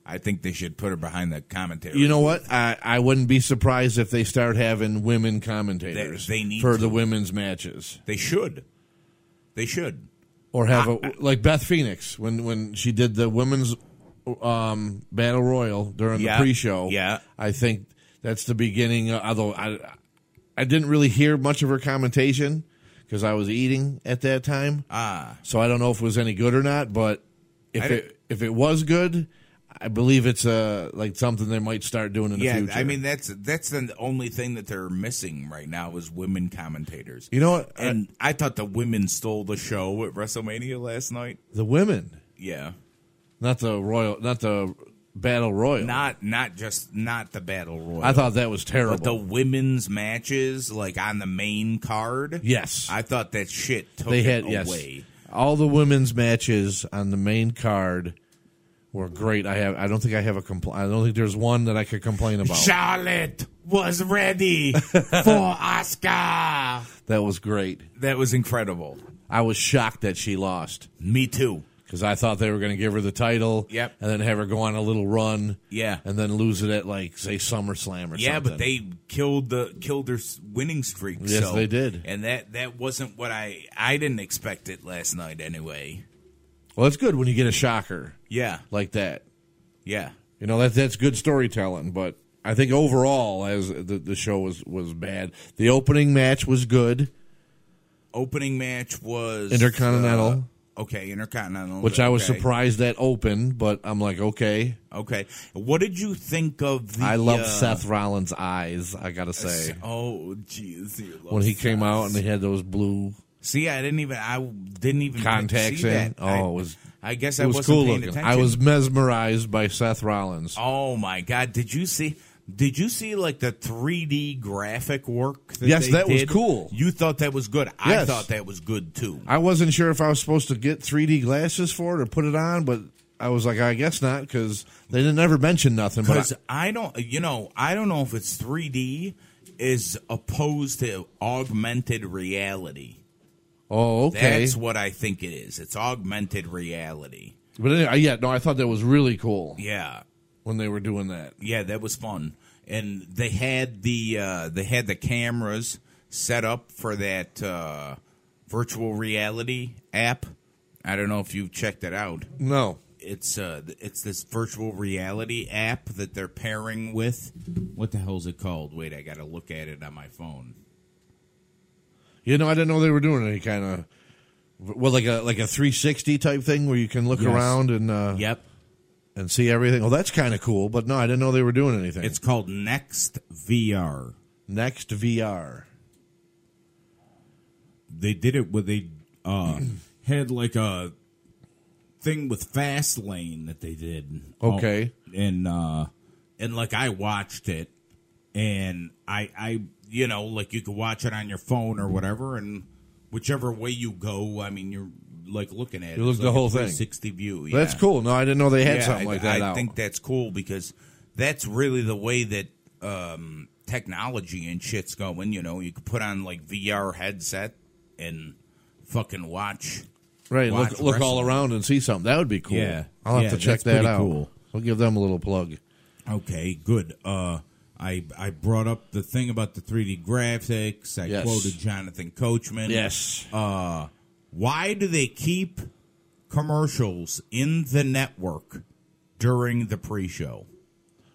Speaker 8: I think they should put her behind the commentator.
Speaker 5: You know what? I, I wouldn't be surprised if they start having women
Speaker 8: they,
Speaker 5: commentators
Speaker 8: they need
Speaker 5: for
Speaker 8: to.
Speaker 5: the women's matches,
Speaker 8: They should. They should.
Speaker 5: or have a like Beth Phoenix when when she did the women's um, battle royal during
Speaker 8: Yeah.
Speaker 5: the pre-show.
Speaker 8: Yeah.
Speaker 5: I think that's the beginning. Of, although I I didn't really hear much of her commentation because I was eating at that time.
Speaker 8: Ah,
Speaker 5: So I don't know if it was any good or not, but
Speaker 8: I
Speaker 5: if
Speaker 8: didn't-
Speaker 5: it if it was good, I believe it's uh like something they might start doing in
Speaker 8: yeah.
Speaker 5: the future.
Speaker 8: I mean, that's that's the only thing that they're missing right now is women commentators.
Speaker 5: you know what?
Speaker 8: and I thought the women stole the show at WrestleMania last night.
Speaker 5: the women,
Speaker 8: Yeah,
Speaker 5: not the royal, not the battle royal.
Speaker 8: not not just not the battle royal.
Speaker 5: I thought that was terrible.
Speaker 8: but the women's matches, like on the main card.
Speaker 5: yes,
Speaker 8: I thought that shit took
Speaker 5: they
Speaker 8: it
Speaker 5: had yes.
Speaker 8: away.
Speaker 5: All the women's matches on the main card were great. I have I don't think I have a complaint. I don't think there's one that I could complain about.
Speaker 8: Charlotte was ready for Oscar.
Speaker 5: that was great.
Speaker 8: That was incredible.
Speaker 5: I was shocked that she lost.
Speaker 8: Me too.
Speaker 5: because I thought they were going to give her the title.
Speaker 8: Yep.
Speaker 5: And then have her go on a little run.
Speaker 8: Yeah.
Speaker 5: And then lose it at like say SummerSlam or something.
Speaker 8: Yeah, but they killed the killed their s- winning streak.
Speaker 5: Yes,
Speaker 8: so-
Speaker 5: they did.
Speaker 8: and that that wasn't what I I didn't expect it last night anyway.
Speaker 5: Well, it's good when you get a shocker
Speaker 8: Yeah,
Speaker 5: like that.
Speaker 8: yeah,
Speaker 5: You know that that's good storytelling, but. I think overall, as the, the show was, was bad. The opening match was good,
Speaker 8: opening match was
Speaker 5: Intercontinental.
Speaker 8: uh, okay, Intercontinental,
Speaker 5: which I was
Speaker 8: okay,
Speaker 5: surprised that opened, but I'm like, okay.
Speaker 8: Okay, what did you think of the?
Speaker 5: I love
Speaker 8: uh,
Speaker 5: Seth Rollins' eyes. I gotta say,
Speaker 8: Oh, jeez, you love
Speaker 5: when he
Speaker 8: Seth.
Speaker 5: came out and they had those blue,
Speaker 8: see, I didn't even, I didn't even
Speaker 5: Contacts
Speaker 8: see that.
Speaker 5: in. Oh,
Speaker 8: I,
Speaker 5: it was-
Speaker 8: I guess
Speaker 5: it
Speaker 8: I
Speaker 5: was
Speaker 8: wasn't
Speaker 5: cool
Speaker 8: paying
Speaker 5: looking.
Speaker 8: attention.
Speaker 5: I was mesmerized by Seth Rollins.
Speaker 8: Oh my god! Did you see? Did you see like the 3D graphic work? That
Speaker 5: Yes,
Speaker 8: they
Speaker 5: that was
Speaker 8: did?
Speaker 5: cool.
Speaker 8: You thought that was good. I
Speaker 5: Yes.
Speaker 8: thought that was good too.
Speaker 5: I wasn't sure if I was supposed to get 3D glasses for it or put it on, but I was like, I guess not because they didn't ever mention nothing. But
Speaker 8: Because I don't, you know, I don't know if it's 3D is opposed to augmented reality.
Speaker 5: oh, okay.
Speaker 8: That's what I think it is. It's augmented reality.
Speaker 5: but anyway, yeah, no, I thought that was really cool
Speaker 8: Yeah,
Speaker 5: when they were doing that.
Speaker 8: yeah, that was fun. And they had the uh, they had the cameras set up for that uh, virtual reality app. I don't know if you've checked it out.
Speaker 5: No,
Speaker 8: It's uh, it's this virtual reality app that they're pairing with. What the hell is it called? Wait, I got to look at it on my phone.
Speaker 5: you know, I didn't know they were doing any kind of well, like a like a 360 type thing where you can look
Speaker 8: Yes.
Speaker 5: around and uh,
Speaker 8: Yep,
Speaker 5: and see everything. Well, that's kind of cool, but no, I didn't know they were doing anything.
Speaker 8: it's called Next VR.
Speaker 5: next VR.
Speaker 8: they did it with they uh had like a thing with fast lane that they did Oh,
Speaker 5: Okay.
Speaker 8: and uh and like i watched it and i i you know like you could watch it on your phone or whatever and whichever way you go i mean you're like looking at it
Speaker 5: look
Speaker 8: It's
Speaker 5: the
Speaker 8: like a
Speaker 5: whole thing.
Speaker 8: 360 view
Speaker 5: That's
Speaker 8: yeah.
Speaker 5: cool. No, I didn't know they had
Speaker 8: Yeah,
Speaker 5: something
Speaker 8: I-
Speaker 5: like that
Speaker 8: I
Speaker 5: out.
Speaker 8: think that's cool because that's really the way that um, technology and shit's going. You know, you could put on like VR headset and fucking watch.
Speaker 5: Right,
Speaker 8: watch
Speaker 5: look look all
Speaker 8: wrestling.
Speaker 5: around and see something. That would be cool.
Speaker 8: Yeah.
Speaker 5: I'll have
Speaker 8: Yeah,
Speaker 5: to check
Speaker 8: that's pretty
Speaker 5: that out.
Speaker 8: cool.
Speaker 5: I'll give them a little plug.
Speaker 8: Okay, good. Uh, I I brought up the thing about the 3D graphics. I
Speaker 5: Yes.
Speaker 8: quoted Jonathan Coachman.
Speaker 5: Yes.
Speaker 8: Uh, why do they keep commercials in the network during the pre-show?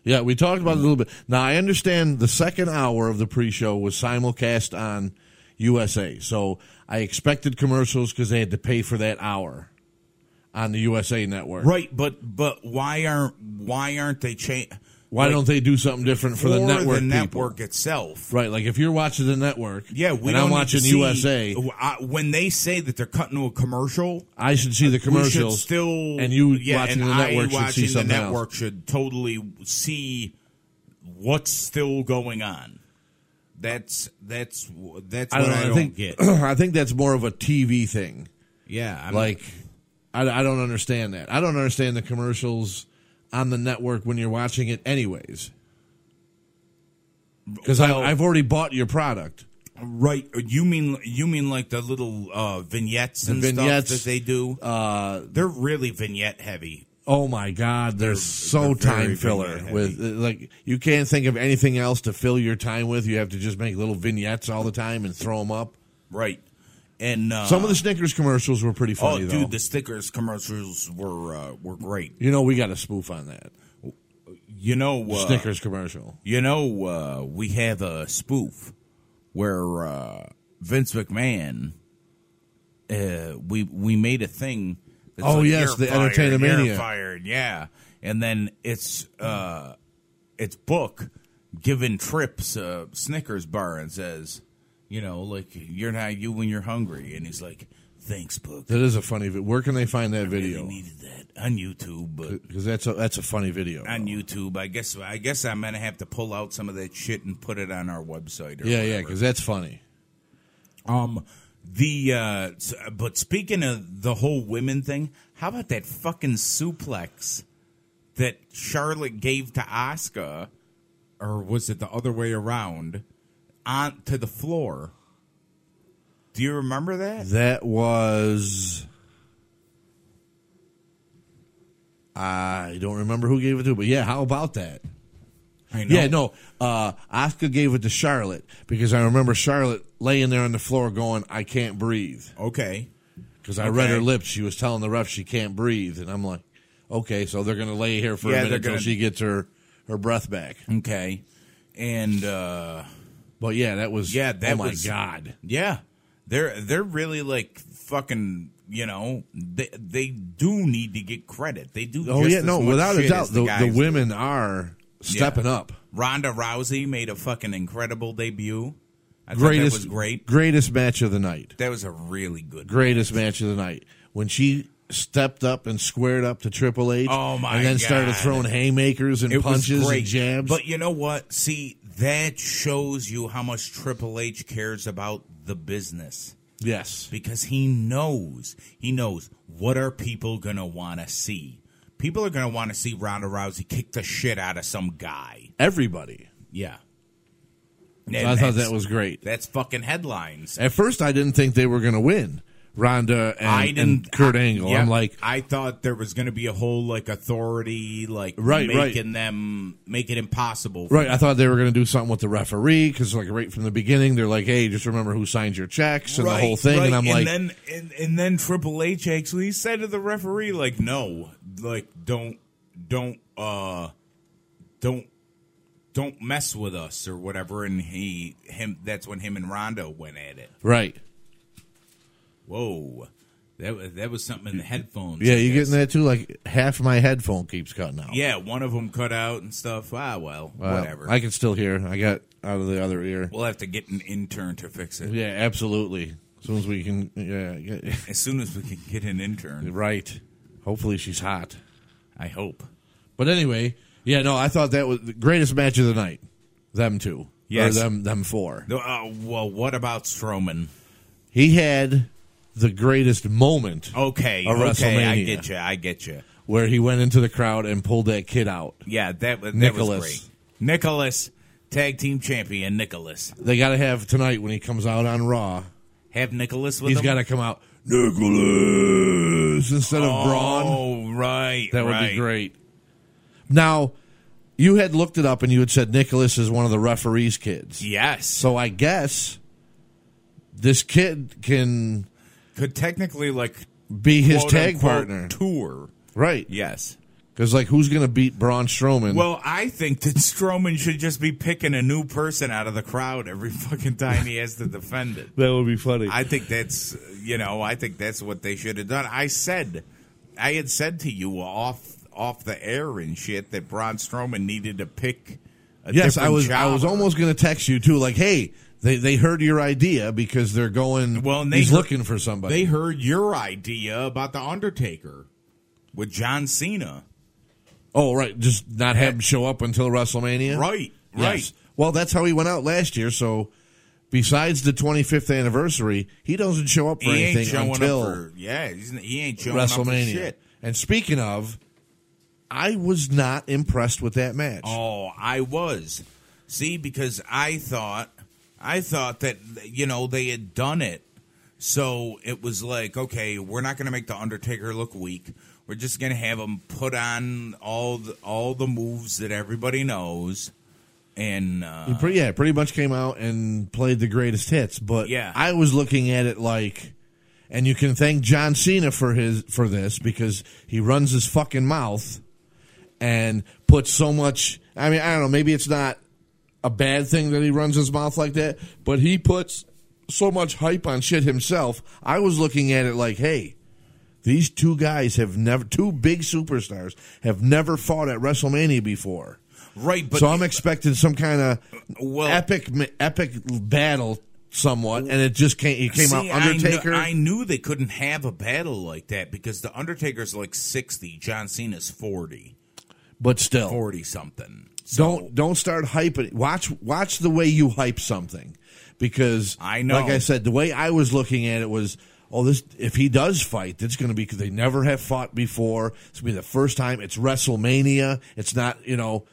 Speaker 5: Yeah, we talked about it a little bit. Now I understand the second hour of the pre-show was simulcast on USA, so I expected commercials because they had to pay for that hour on the USA network.
Speaker 8: Right, but but why aren't why aren't they change?
Speaker 5: Why don't they do something different for, the network?
Speaker 8: the
Speaker 5: people?
Speaker 8: network itself?
Speaker 5: Right, like if you're watching the network,
Speaker 8: Yeah, we
Speaker 5: and
Speaker 8: don't
Speaker 5: I'm
Speaker 8: need
Speaker 5: watching
Speaker 8: to see-
Speaker 5: USA,
Speaker 8: I- when they say that they're cutting to a commercial,
Speaker 5: I should see
Speaker 8: we
Speaker 5: the
Speaker 8: should
Speaker 5: commercials.
Speaker 8: still
Speaker 5: and you
Speaker 8: yeah,
Speaker 5: watching
Speaker 8: and
Speaker 5: the network
Speaker 8: I
Speaker 5: should see
Speaker 8: watching the
Speaker 5: something else.
Speaker 8: network should totally see what's still going on. That's that's that's what I don't,
Speaker 5: think,
Speaker 8: get.
Speaker 5: I think that's more of a TV thing.
Speaker 8: yeah, I'm,
Speaker 5: Like, I, I don't understand that. I don't understand the commercials on the network when you're watching it, anyways. Because
Speaker 8: Well-
Speaker 5: I've already bought your product.
Speaker 8: Right. You mean you mean like the little uh, vignettes and
Speaker 5: vignettes,
Speaker 8: stuff that they do?
Speaker 5: Uh,
Speaker 8: They're really vignette heavy.
Speaker 5: oh my God, they're,
Speaker 8: They're- they're
Speaker 5: so
Speaker 8: very
Speaker 5: time filler.
Speaker 8: vignette
Speaker 5: With like, you can't think of anything else to fill your time with. You have to just make little vignettes all the time and throw them up.
Speaker 8: Right. And uh,
Speaker 5: Some of the Snickers commercials were pretty
Speaker 8: oh,
Speaker 5: funny though.
Speaker 8: dude, the stickers commercials were uh, were great.
Speaker 5: you know, we got a spoof on that
Speaker 8: You know, uh,
Speaker 5: Snickers commercial.
Speaker 8: You know, uh, we have a spoof where uh, Vince McMahon. Uh, we we made a thing. That's
Speaker 5: Oh, yes, the Entertainment Mania.
Speaker 8: Fired, yeah, and then it's uh, it's book giving trips a Snickers bar and says, you know, like you're not you when you're hungry, and he's like, thanks, book.
Speaker 5: That is a funny. vi- Where can they find that
Speaker 8: Really
Speaker 5: video?
Speaker 8: needed that on YouTube, but
Speaker 5: Because that's a that's a funny video.
Speaker 8: on YouTube. I guess I guess I'm gonna have to pull out some of that shit and put it on our website. Or
Speaker 5: Yeah, yeah,
Speaker 8: whatever.
Speaker 5: because that's funny.
Speaker 8: um the uh s- but speaking of the whole women thing, how about that fucking suplex that Charlotte gave to Oscar, or was it the other way around, on to the floor? Do you remember that?
Speaker 5: That was. I don't remember who gave it to, but yeah, how about that?
Speaker 8: I
Speaker 5: Yeah, no. Uh, Oscar gave it to Charlotte because I remember Charlotte laying there on the floor going, "I can't breathe,"
Speaker 8: Okay.
Speaker 5: because I read
Speaker 8: Okay.
Speaker 5: her lips. She was telling the ref she can't breathe, and I'm like, "Okay, so they're gonna lay here for
Speaker 8: Yeah,
Speaker 5: a minute
Speaker 8: they're
Speaker 5: until
Speaker 8: gonna-
Speaker 5: she gets her her breath back."
Speaker 8: Okay. And uh
Speaker 5: But yeah, that was
Speaker 8: Yeah, that
Speaker 5: oh my
Speaker 8: was-
Speaker 5: god.
Speaker 8: Yeah, they're they're really like fucking. You know, they they do need to get credit. They do.
Speaker 5: Oh
Speaker 8: just
Speaker 5: yeah,
Speaker 8: as
Speaker 5: no,
Speaker 8: much
Speaker 5: without a
Speaker 8: shit
Speaker 5: doubt,
Speaker 8: as
Speaker 5: the, the,
Speaker 8: guys.
Speaker 5: women are stepping up.
Speaker 8: Ronda Rousey made a fucking incredible debut. I thought
Speaker 5: Greatest,
Speaker 8: that was great.
Speaker 5: greatest match of the night.
Speaker 8: That was a really good.
Speaker 5: Greatest match of the night when she stepped up and squared up to Triple H.
Speaker 8: Oh, my
Speaker 5: And then started
Speaker 8: God.
Speaker 5: throwing haymakers and
Speaker 8: It
Speaker 5: punches
Speaker 8: was great.
Speaker 5: and jabs.
Speaker 8: But you know what? See, that shows you how much Triple H cares about the business.
Speaker 5: yes,
Speaker 8: because he knows he knows what are people gonna want to see. People are gonna want to see Ronda Rousey kick the shit out of some guy.
Speaker 5: everybody.
Speaker 8: Yeah,
Speaker 5: I thought that was great.
Speaker 8: that's fucking headlines.
Speaker 5: At first, I didn't think they were going to win. Ronda and,
Speaker 8: I
Speaker 5: and
Speaker 8: didn't.
Speaker 5: Kurt
Speaker 8: I-
Speaker 5: Angle.
Speaker 8: yeah,
Speaker 5: I'm like,
Speaker 8: I thought there was gonna be a whole like authority, like
Speaker 5: Right, right.
Speaker 8: making them make it impossible. for
Speaker 5: Right, I thought they were going to do something with the referee because, like, right from the beginning, they're like, "Hey, just remember who signed your checks and the whole thing."
Speaker 8: right.
Speaker 5: And I'm like,
Speaker 8: then and, and then Triple H actually said to the referee, like, no, like don't don't uh don't don't mess with us or whatever. And he him that's when him and Rondo went at it.
Speaker 5: "Right,
Speaker 8: Whoa, that was that was something in the headphones.
Speaker 5: yeah,
Speaker 8: I
Speaker 5: you
Speaker 8: guess.
Speaker 5: getting that too?" Like, half my headphone keeps cutting out.
Speaker 8: Yeah, one of them cut out and stuff. Ah, well,
Speaker 5: Uh,
Speaker 8: whatever.
Speaker 5: I can still hear. I got out of the other ear.
Speaker 8: we'll have to get an intern to fix it
Speaker 5: Yeah, absolutely. As soon as we can, yeah, yeah,
Speaker 8: as soon as we can get an intern.
Speaker 5: right. Hopefully, she's hot.
Speaker 8: I hope.
Speaker 5: But anyway, yeah, no, I thought that was the greatest match of the night. Them two,
Speaker 8: Yes.
Speaker 5: or them them four.
Speaker 8: No, Uh, well, what about Strowman?
Speaker 5: He had the greatest moment
Speaker 8: Okay,
Speaker 5: of
Speaker 8: okay, I
Speaker 5: WrestleMania.
Speaker 8: get you. I get you.
Speaker 5: where he went into the crowd and pulled that kid out.
Speaker 8: Yeah, that, wa- that
Speaker 5: Nicholas.
Speaker 8: was great. Nicholas, tag team champion Nicholas.
Speaker 5: They got to have tonight when he comes out on Raw.
Speaker 8: Have Nicholas with
Speaker 5: He's
Speaker 8: him.
Speaker 5: got to come out Nicholas instead of Braun.
Speaker 8: Oh, right.
Speaker 5: That would
Speaker 8: right.
Speaker 5: be great. Now, you had looked it up and you had said Nicholas is one of the referees' kids.
Speaker 8: Yes.
Speaker 5: So I guess this kid can
Speaker 8: could technically like
Speaker 5: be his
Speaker 8: quote,
Speaker 5: tag
Speaker 8: unquote,
Speaker 5: partner,
Speaker 8: tour.
Speaker 5: right?
Speaker 8: Yes.
Speaker 5: Because like, who's going to beat Braun Strowman?
Speaker 8: Well, I think that Strowman should just be picking a new person out of the crowd every fucking time he has to defend it.
Speaker 5: that would be funny.
Speaker 8: I think that's you know I think that's what they should have done. I said, I had said to you off off the air and shit that Braun Strowman needed to pick. A
Speaker 5: yes,
Speaker 8: different
Speaker 5: I was. I
Speaker 8: jobber.
Speaker 5: was almost going to text you too. Like, hey, they they heard your idea because they're going.
Speaker 8: Well, and they
Speaker 5: he's
Speaker 8: heard-
Speaker 5: looking for somebody.
Speaker 8: They heard your idea about the Undertaker with John Cena,
Speaker 5: Oh, right. Just not have him show up until WrestleMania?
Speaker 8: right? Right.
Speaker 5: Yes. Well, that's how he went out last year. So, besides the 25th anniversary, he doesn't show up for
Speaker 8: He ain't
Speaker 5: anything
Speaker 8: showing
Speaker 5: until
Speaker 8: up for yeah. He's, he ain't showing up for
Speaker 5: WrestleMania.
Speaker 8: shit.
Speaker 5: And speaking of, I was not impressed with that match.
Speaker 8: Oh, I was. See, because I thought I thought that you know they had done it, so it was like, okay, we're not going to make the Undertaker look weak. We're just going to have him put on all the, all the moves that everybody knows, and uh,
Speaker 5: He pretty, yeah, pretty much came out and played the greatest hits. But
Speaker 8: Yeah.
Speaker 5: I was looking at it like, and you can thank John Cena for his for this because he runs his fucking mouth and puts so much. I mean, I don't know. Maybe it's not a bad thing that he runs his mouth like that, but he puts so much hype on shit himself. I was looking at it like, hey. These two guys have never, two big superstars have never fought at WrestleMania before
Speaker 8: right. But
Speaker 5: so I'm expecting some kind of
Speaker 8: Well-
Speaker 5: epic epic battle somewhat, and it just came. It came out
Speaker 8: See, I kn-
Speaker 5: Undertaker.
Speaker 8: I, knew they couldn't have a battle like that because the Undertaker's like sixty, John Cena's forty,
Speaker 5: but still,
Speaker 8: forty something. So
Speaker 5: don't don't start hyping. Watch watch the way you hype something, because
Speaker 8: I know.
Speaker 5: Like I said, the way I was looking at it was. Oh, this! If he does fight, it's going to be because they never have fought before. It's going to be the first time. It's WrestleMania. It's not, you know,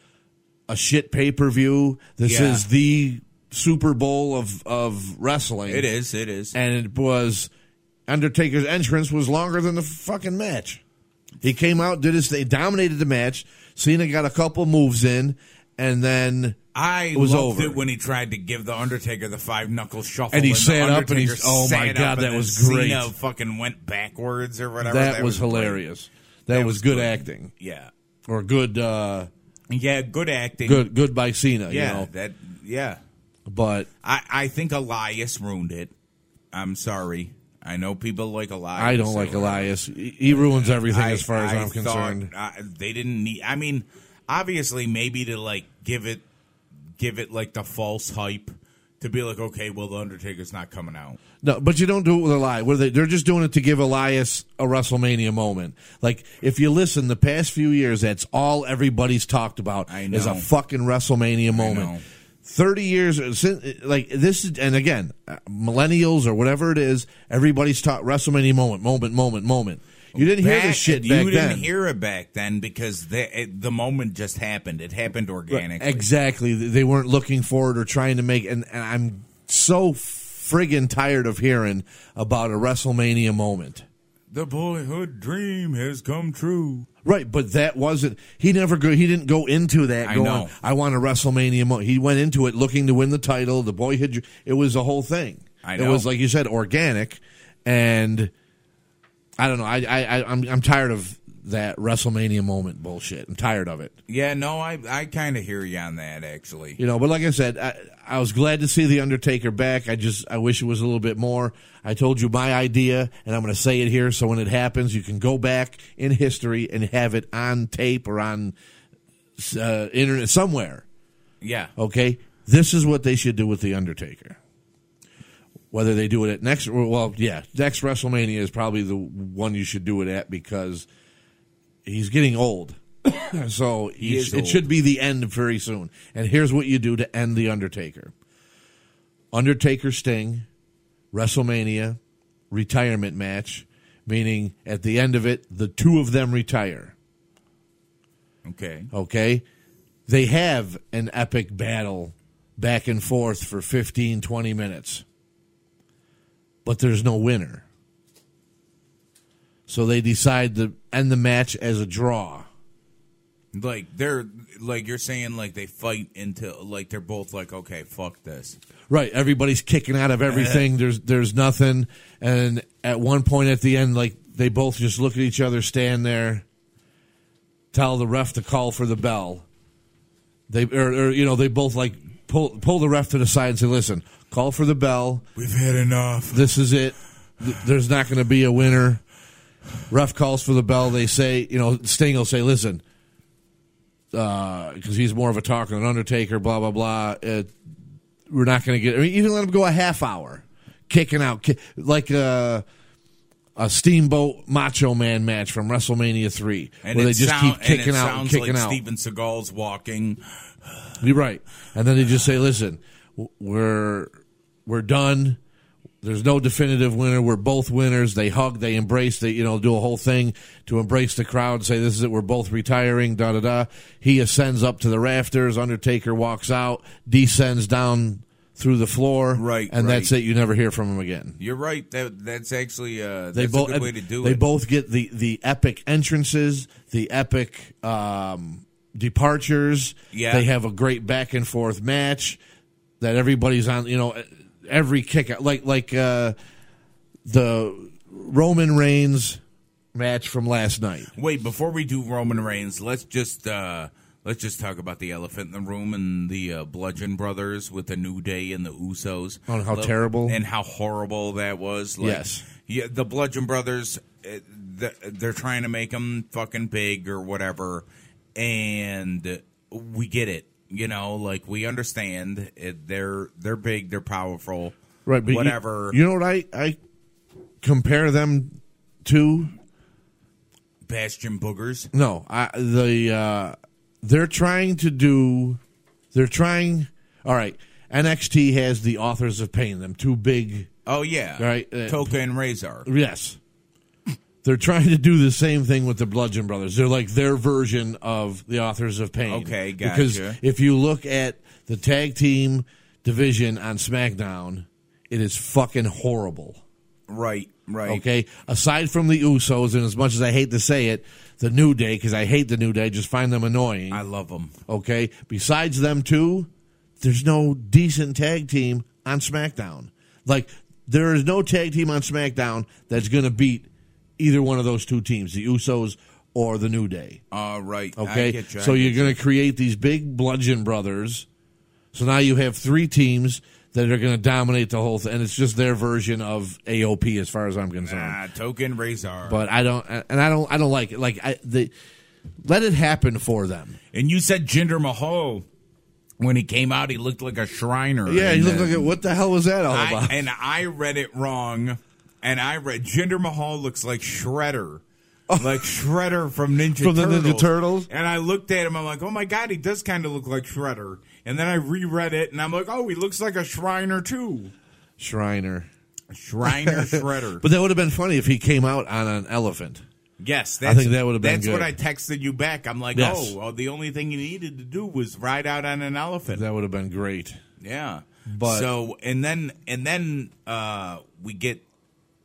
Speaker 5: a shit pay per view. This
Speaker 8: Yeah.
Speaker 5: is the Super Bowl of of wrestling.
Speaker 8: it is, it is.
Speaker 5: and it was Undertaker's entrance was longer than the fucking match. He came out, did his thing, dominated the match. Cena got a couple moves in, and then
Speaker 8: I
Speaker 5: It was
Speaker 8: loved
Speaker 5: over.
Speaker 8: it when he tried to give the Undertaker the five knuckle shuffle,
Speaker 5: And he
Speaker 8: the
Speaker 5: sat up and he-
Speaker 8: Undertaker
Speaker 5: oh my
Speaker 8: sat up and
Speaker 5: God, that
Speaker 8: then
Speaker 5: was great.
Speaker 8: Cena fucking went backwards or whatever.
Speaker 5: that was
Speaker 8: great.
Speaker 5: hilarious. That, was,
Speaker 8: was
Speaker 5: good
Speaker 8: good.
Speaker 5: acting
Speaker 8: Yeah,
Speaker 5: or good, uh,
Speaker 8: yeah, good acting.
Speaker 5: good, good by Cena.
Speaker 8: yeah,
Speaker 5: you know?
Speaker 8: that yeah.
Speaker 5: but
Speaker 8: I I think Elias ruined it. I'm sorry. I know people like Elias.
Speaker 5: I don't like
Speaker 8: or-
Speaker 5: Elias. He he ruins everything as far as
Speaker 8: I
Speaker 5: I'm
Speaker 8: thought,
Speaker 5: concerned.
Speaker 8: uh, they didn't need. I mean, obviously, maybe to like give it, give it like the false hype to be like, okay, well, the Undertaker's not coming out.
Speaker 5: No, but you don't do it with Elias. What are they? They're just doing it to give Elias a WrestleMania moment. Like if you listen, the past few years, that's all everybody's talked about
Speaker 8: I
Speaker 5: is a
Speaker 8: know.
Speaker 5: fucking WrestleMania
Speaker 8: know.
Speaker 5: moment. Thirty years since, like this is, and again, uh, millennials or whatever it is, everybody's taught WrestleMania moment, moment, moment, moment. You didn't hear
Speaker 8: Back-
Speaker 5: this shit
Speaker 8: You
Speaker 5: back
Speaker 8: didn't
Speaker 5: then.
Speaker 8: hear it back then because the it, the moment just happened. It happened organically.
Speaker 5: Exactly. They weren't looking for it or trying to make. And, and I'm so friggin' tired of hearing about a WrestleMania moment.
Speaker 8: The boyhood dream has come true.
Speaker 5: Right, but that wasn't. He never go. He didn't go into that.
Speaker 8: I
Speaker 5: Going,
Speaker 8: know.
Speaker 5: I want a WrestleMania. Mo-. He went into it looking to win the title. The boyhood. dr- It was a whole thing.
Speaker 8: I
Speaker 5: It
Speaker 8: know.
Speaker 5: was like you said, organic, and I don't know. I, I, I I'm, I'm tired of that WrestleMania moment bullshit. I'm tired of it.
Speaker 8: Yeah, no, I I kind of hear you on that actually.
Speaker 5: You know, but like I said, I, I was glad to see the Undertaker back. I just I wish it was a little bit more. I told you my idea, and I'm going to say it here, so when it happens, you can go back in history and have it on tape or on uh, internet somewhere.
Speaker 8: Yeah,
Speaker 5: Okay, this is what they should do with the Undertaker. Whether they do it at next, well, yeah, next WrestleMania is probably the one you should do it at because he's getting old. so he
Speaker 8: is
Speaker 5: it
Speaker 8: old.
Speaker 5: should be the end very soon. And here's what you do to end the Undertaker: Undertaker Sting, WrestleMania retirement match, meaning at the end of it, the two of them retire
Speaker 8: okay.
Speaker 5: okay they have an epic battle back and forth for 15 20 minutes but there's no winner so they decide to end the match as a draw
Speaker 8: Like they're like you're saying like they fight until like they're both like okay, fuck this.
Speaker 5: right everybody's kicking out of everything there's there's nothing and at one point at the end like they both just look at each other stand there tell the ref to call for the bell. They or, or you know they both like pull pull the ref to the side and say, "Listen, call for the bell.
Speaker 8: We've had enough.
Speaker 5: This is it. Th- There's not going to be a winner." Ref calls for the bell. They say, you know, Sting will say, "Listen," because he's more of a talker than Undertaker. Blah blah blah. Uh, we're not going to get. I mean, even let him go a half hour, kicking out ki- like a a Steamboat Macho Man match from WrestleMania three,
Speaker 8: And
Speaker 5: where
Speaker 8: it
Speaker 5: they just
Speaker 8: sound-
Speaker 5: keep kicking
Speaker 8: and it
Speaker 5: out, and
Speaker 8: sounds
Speaker 5: kicking
Speaker 8: like
Speaker 5: out.
Speaker 8: Steven Seagal's walking.
Speaker 5: You're right. And then they just say, "Listen, w- we're we're done. There's no definitive winner. We're both winners." They hug, they embrace, they you know do a whole thing to embrace the crowd. Say, "This is it. We're both retiring." Da da da. He ascends up to the rafters. Undertaker walks out, descends down through the floor,
Speaker 8: Right,
Speaker 5: and that's
Speaker 8: right.
Speaker 5: it. You never hear from him again.
Speaker 8: You're right. That that's actually uh,
Speaker 5: They
Speaker 8: that's
Speaker 5: both
Speaker 8: a good way to do
Speaker 5: they
Speaker 8: it.
Speaker 5: both get the the epic entrances, the epic um, departures.
Speaker 8: Yeah.
Speaker 5: they have a great back and forth match that everybody's on. You know, every kick out like like uh, the Roman Reigns match from last night.
Speaker 8: Wait, before we do Roman Reigns, let's just uh, let's just talk about the elephant in the room and the uh, Bludgeon Brothers with the New Day and the Usos.
Speaker 5: On how
Speaker 8: Lo-
Speaker 5: terrible.
Speaker 8: and how horrible that was.
Speaker 5: Yes.
Speaker 8: yeah, the Bludgeon Brothers. uh, th- They're trying to make them fucking big or whatever, and we get it. You know, like we understand it, they're they're big, they're powerful,
Speaker 5: Right, but you-
Speaker 8: whatever.
Speaker 5: You, know what I I compare them to?
Speaker 8: Bastion boogers.
Speaker 5: No, I the uh they're trying to do they're trying all right, NXT has the authors of pain, them two big
Speaker 8: Oh yeah,
Speaker 5: Right, uh,
Speaker 8: Toka and Razor.
Speaker 5: yes. They're trying to do the same thing with the Bludgeon Brothers. They're like their version of the authors of pain.
Speaker 8: Okay,
Speaker 5: Because
Speaker 8: gotcha.
Speaker 5: if you look at the tag team division on SmackDown, it is fucking horrible.
Speaker 8: Right, right.
Speaker 5: Okay. Aside from the Usos, and as much as I hate to say it, the New Day, because I hate the New Day, just find them annoying.
Speaker 8: I love them.
Speaker 5: okay. Besides them two, there's no decent tag team on SmackDown. Like, there is no tag team on SmackDown that's going to beat either one of those two teams, the Usos or the New Day.
Speaker 8: All right.
Speaker 5: Okay.
Speaker 8: I get you, I
Speaker 5: so
Speaker 8: get
Speaker 5: you're going to create these big bludgeon brothers. So now you have three teams that are going to dominate the whole thing. And it's just their version of AOP as far as I'm concerned
Speaker 8: Ah, token Razor.
Speaker 5: but I don't, and I don't, I don't like it. Like I, the, let it happen for them.
Speaker 8: and you said Jinder Mahal when he came out, he looked like a Shriner. And, uh,
Speaker 5: what the hell was that all
Speaker 8: I, and I read it wrong. And I read Jinder Mahal looks like Shredder. Like Shredder from Ninja
Speaker 5: Oh. From the
Speaker 8: Turtles.
Speaker 5: Ninja Turtles?
Speaker 8: And I looked at him. I'm like, oh my god, he does kind of look like Shredder. And then I reread it, and I'm like, oh, he looks like a Shriner too.
Speaker 5: Shriner.
Speaker 8: Shriner Shredder.
Speaker 5: But that would have been funny if he came out on an elephant.
Speaker 8: Yes,
Speaker 5: I
Speaker 8: that's,
Speaker 5: think that would've been
Speaker 8: That's
Speaker 5: good.
Speaker 8: what I texted you back. I'm like,
Speaker 5: Yes.
Speaker 8: oh, well, the only thing you needed to do was ride out on an elephant.
Speaker 5: That would have been great.
Speaker 8: yeah.
Speaker 5: But-
Speaker 8: so and then and then uh, we get.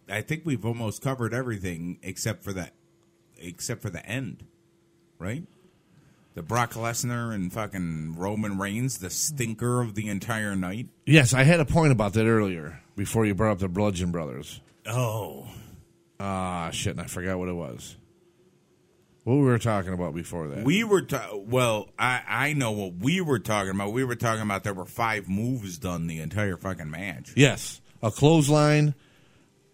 Speaker 8: I think we've almost covered everything except for that, except for the end, right? The Brock Lesnar and fucking Roman Reigns, the stinker of the entire night.
Speaker 5: Yes, I had a point about that earlier before you brought up the Bludgeon Brothers.
Speaker 8: Oh,
Speaker 5: Ah, shit, and I forgot what it was. What we were talking about before that.
Speaker 8: We were ta- well. I I know what we were talking about. We were talking about there were five moves done the entire fucking match.
Speaker 5: yes, a clothesline,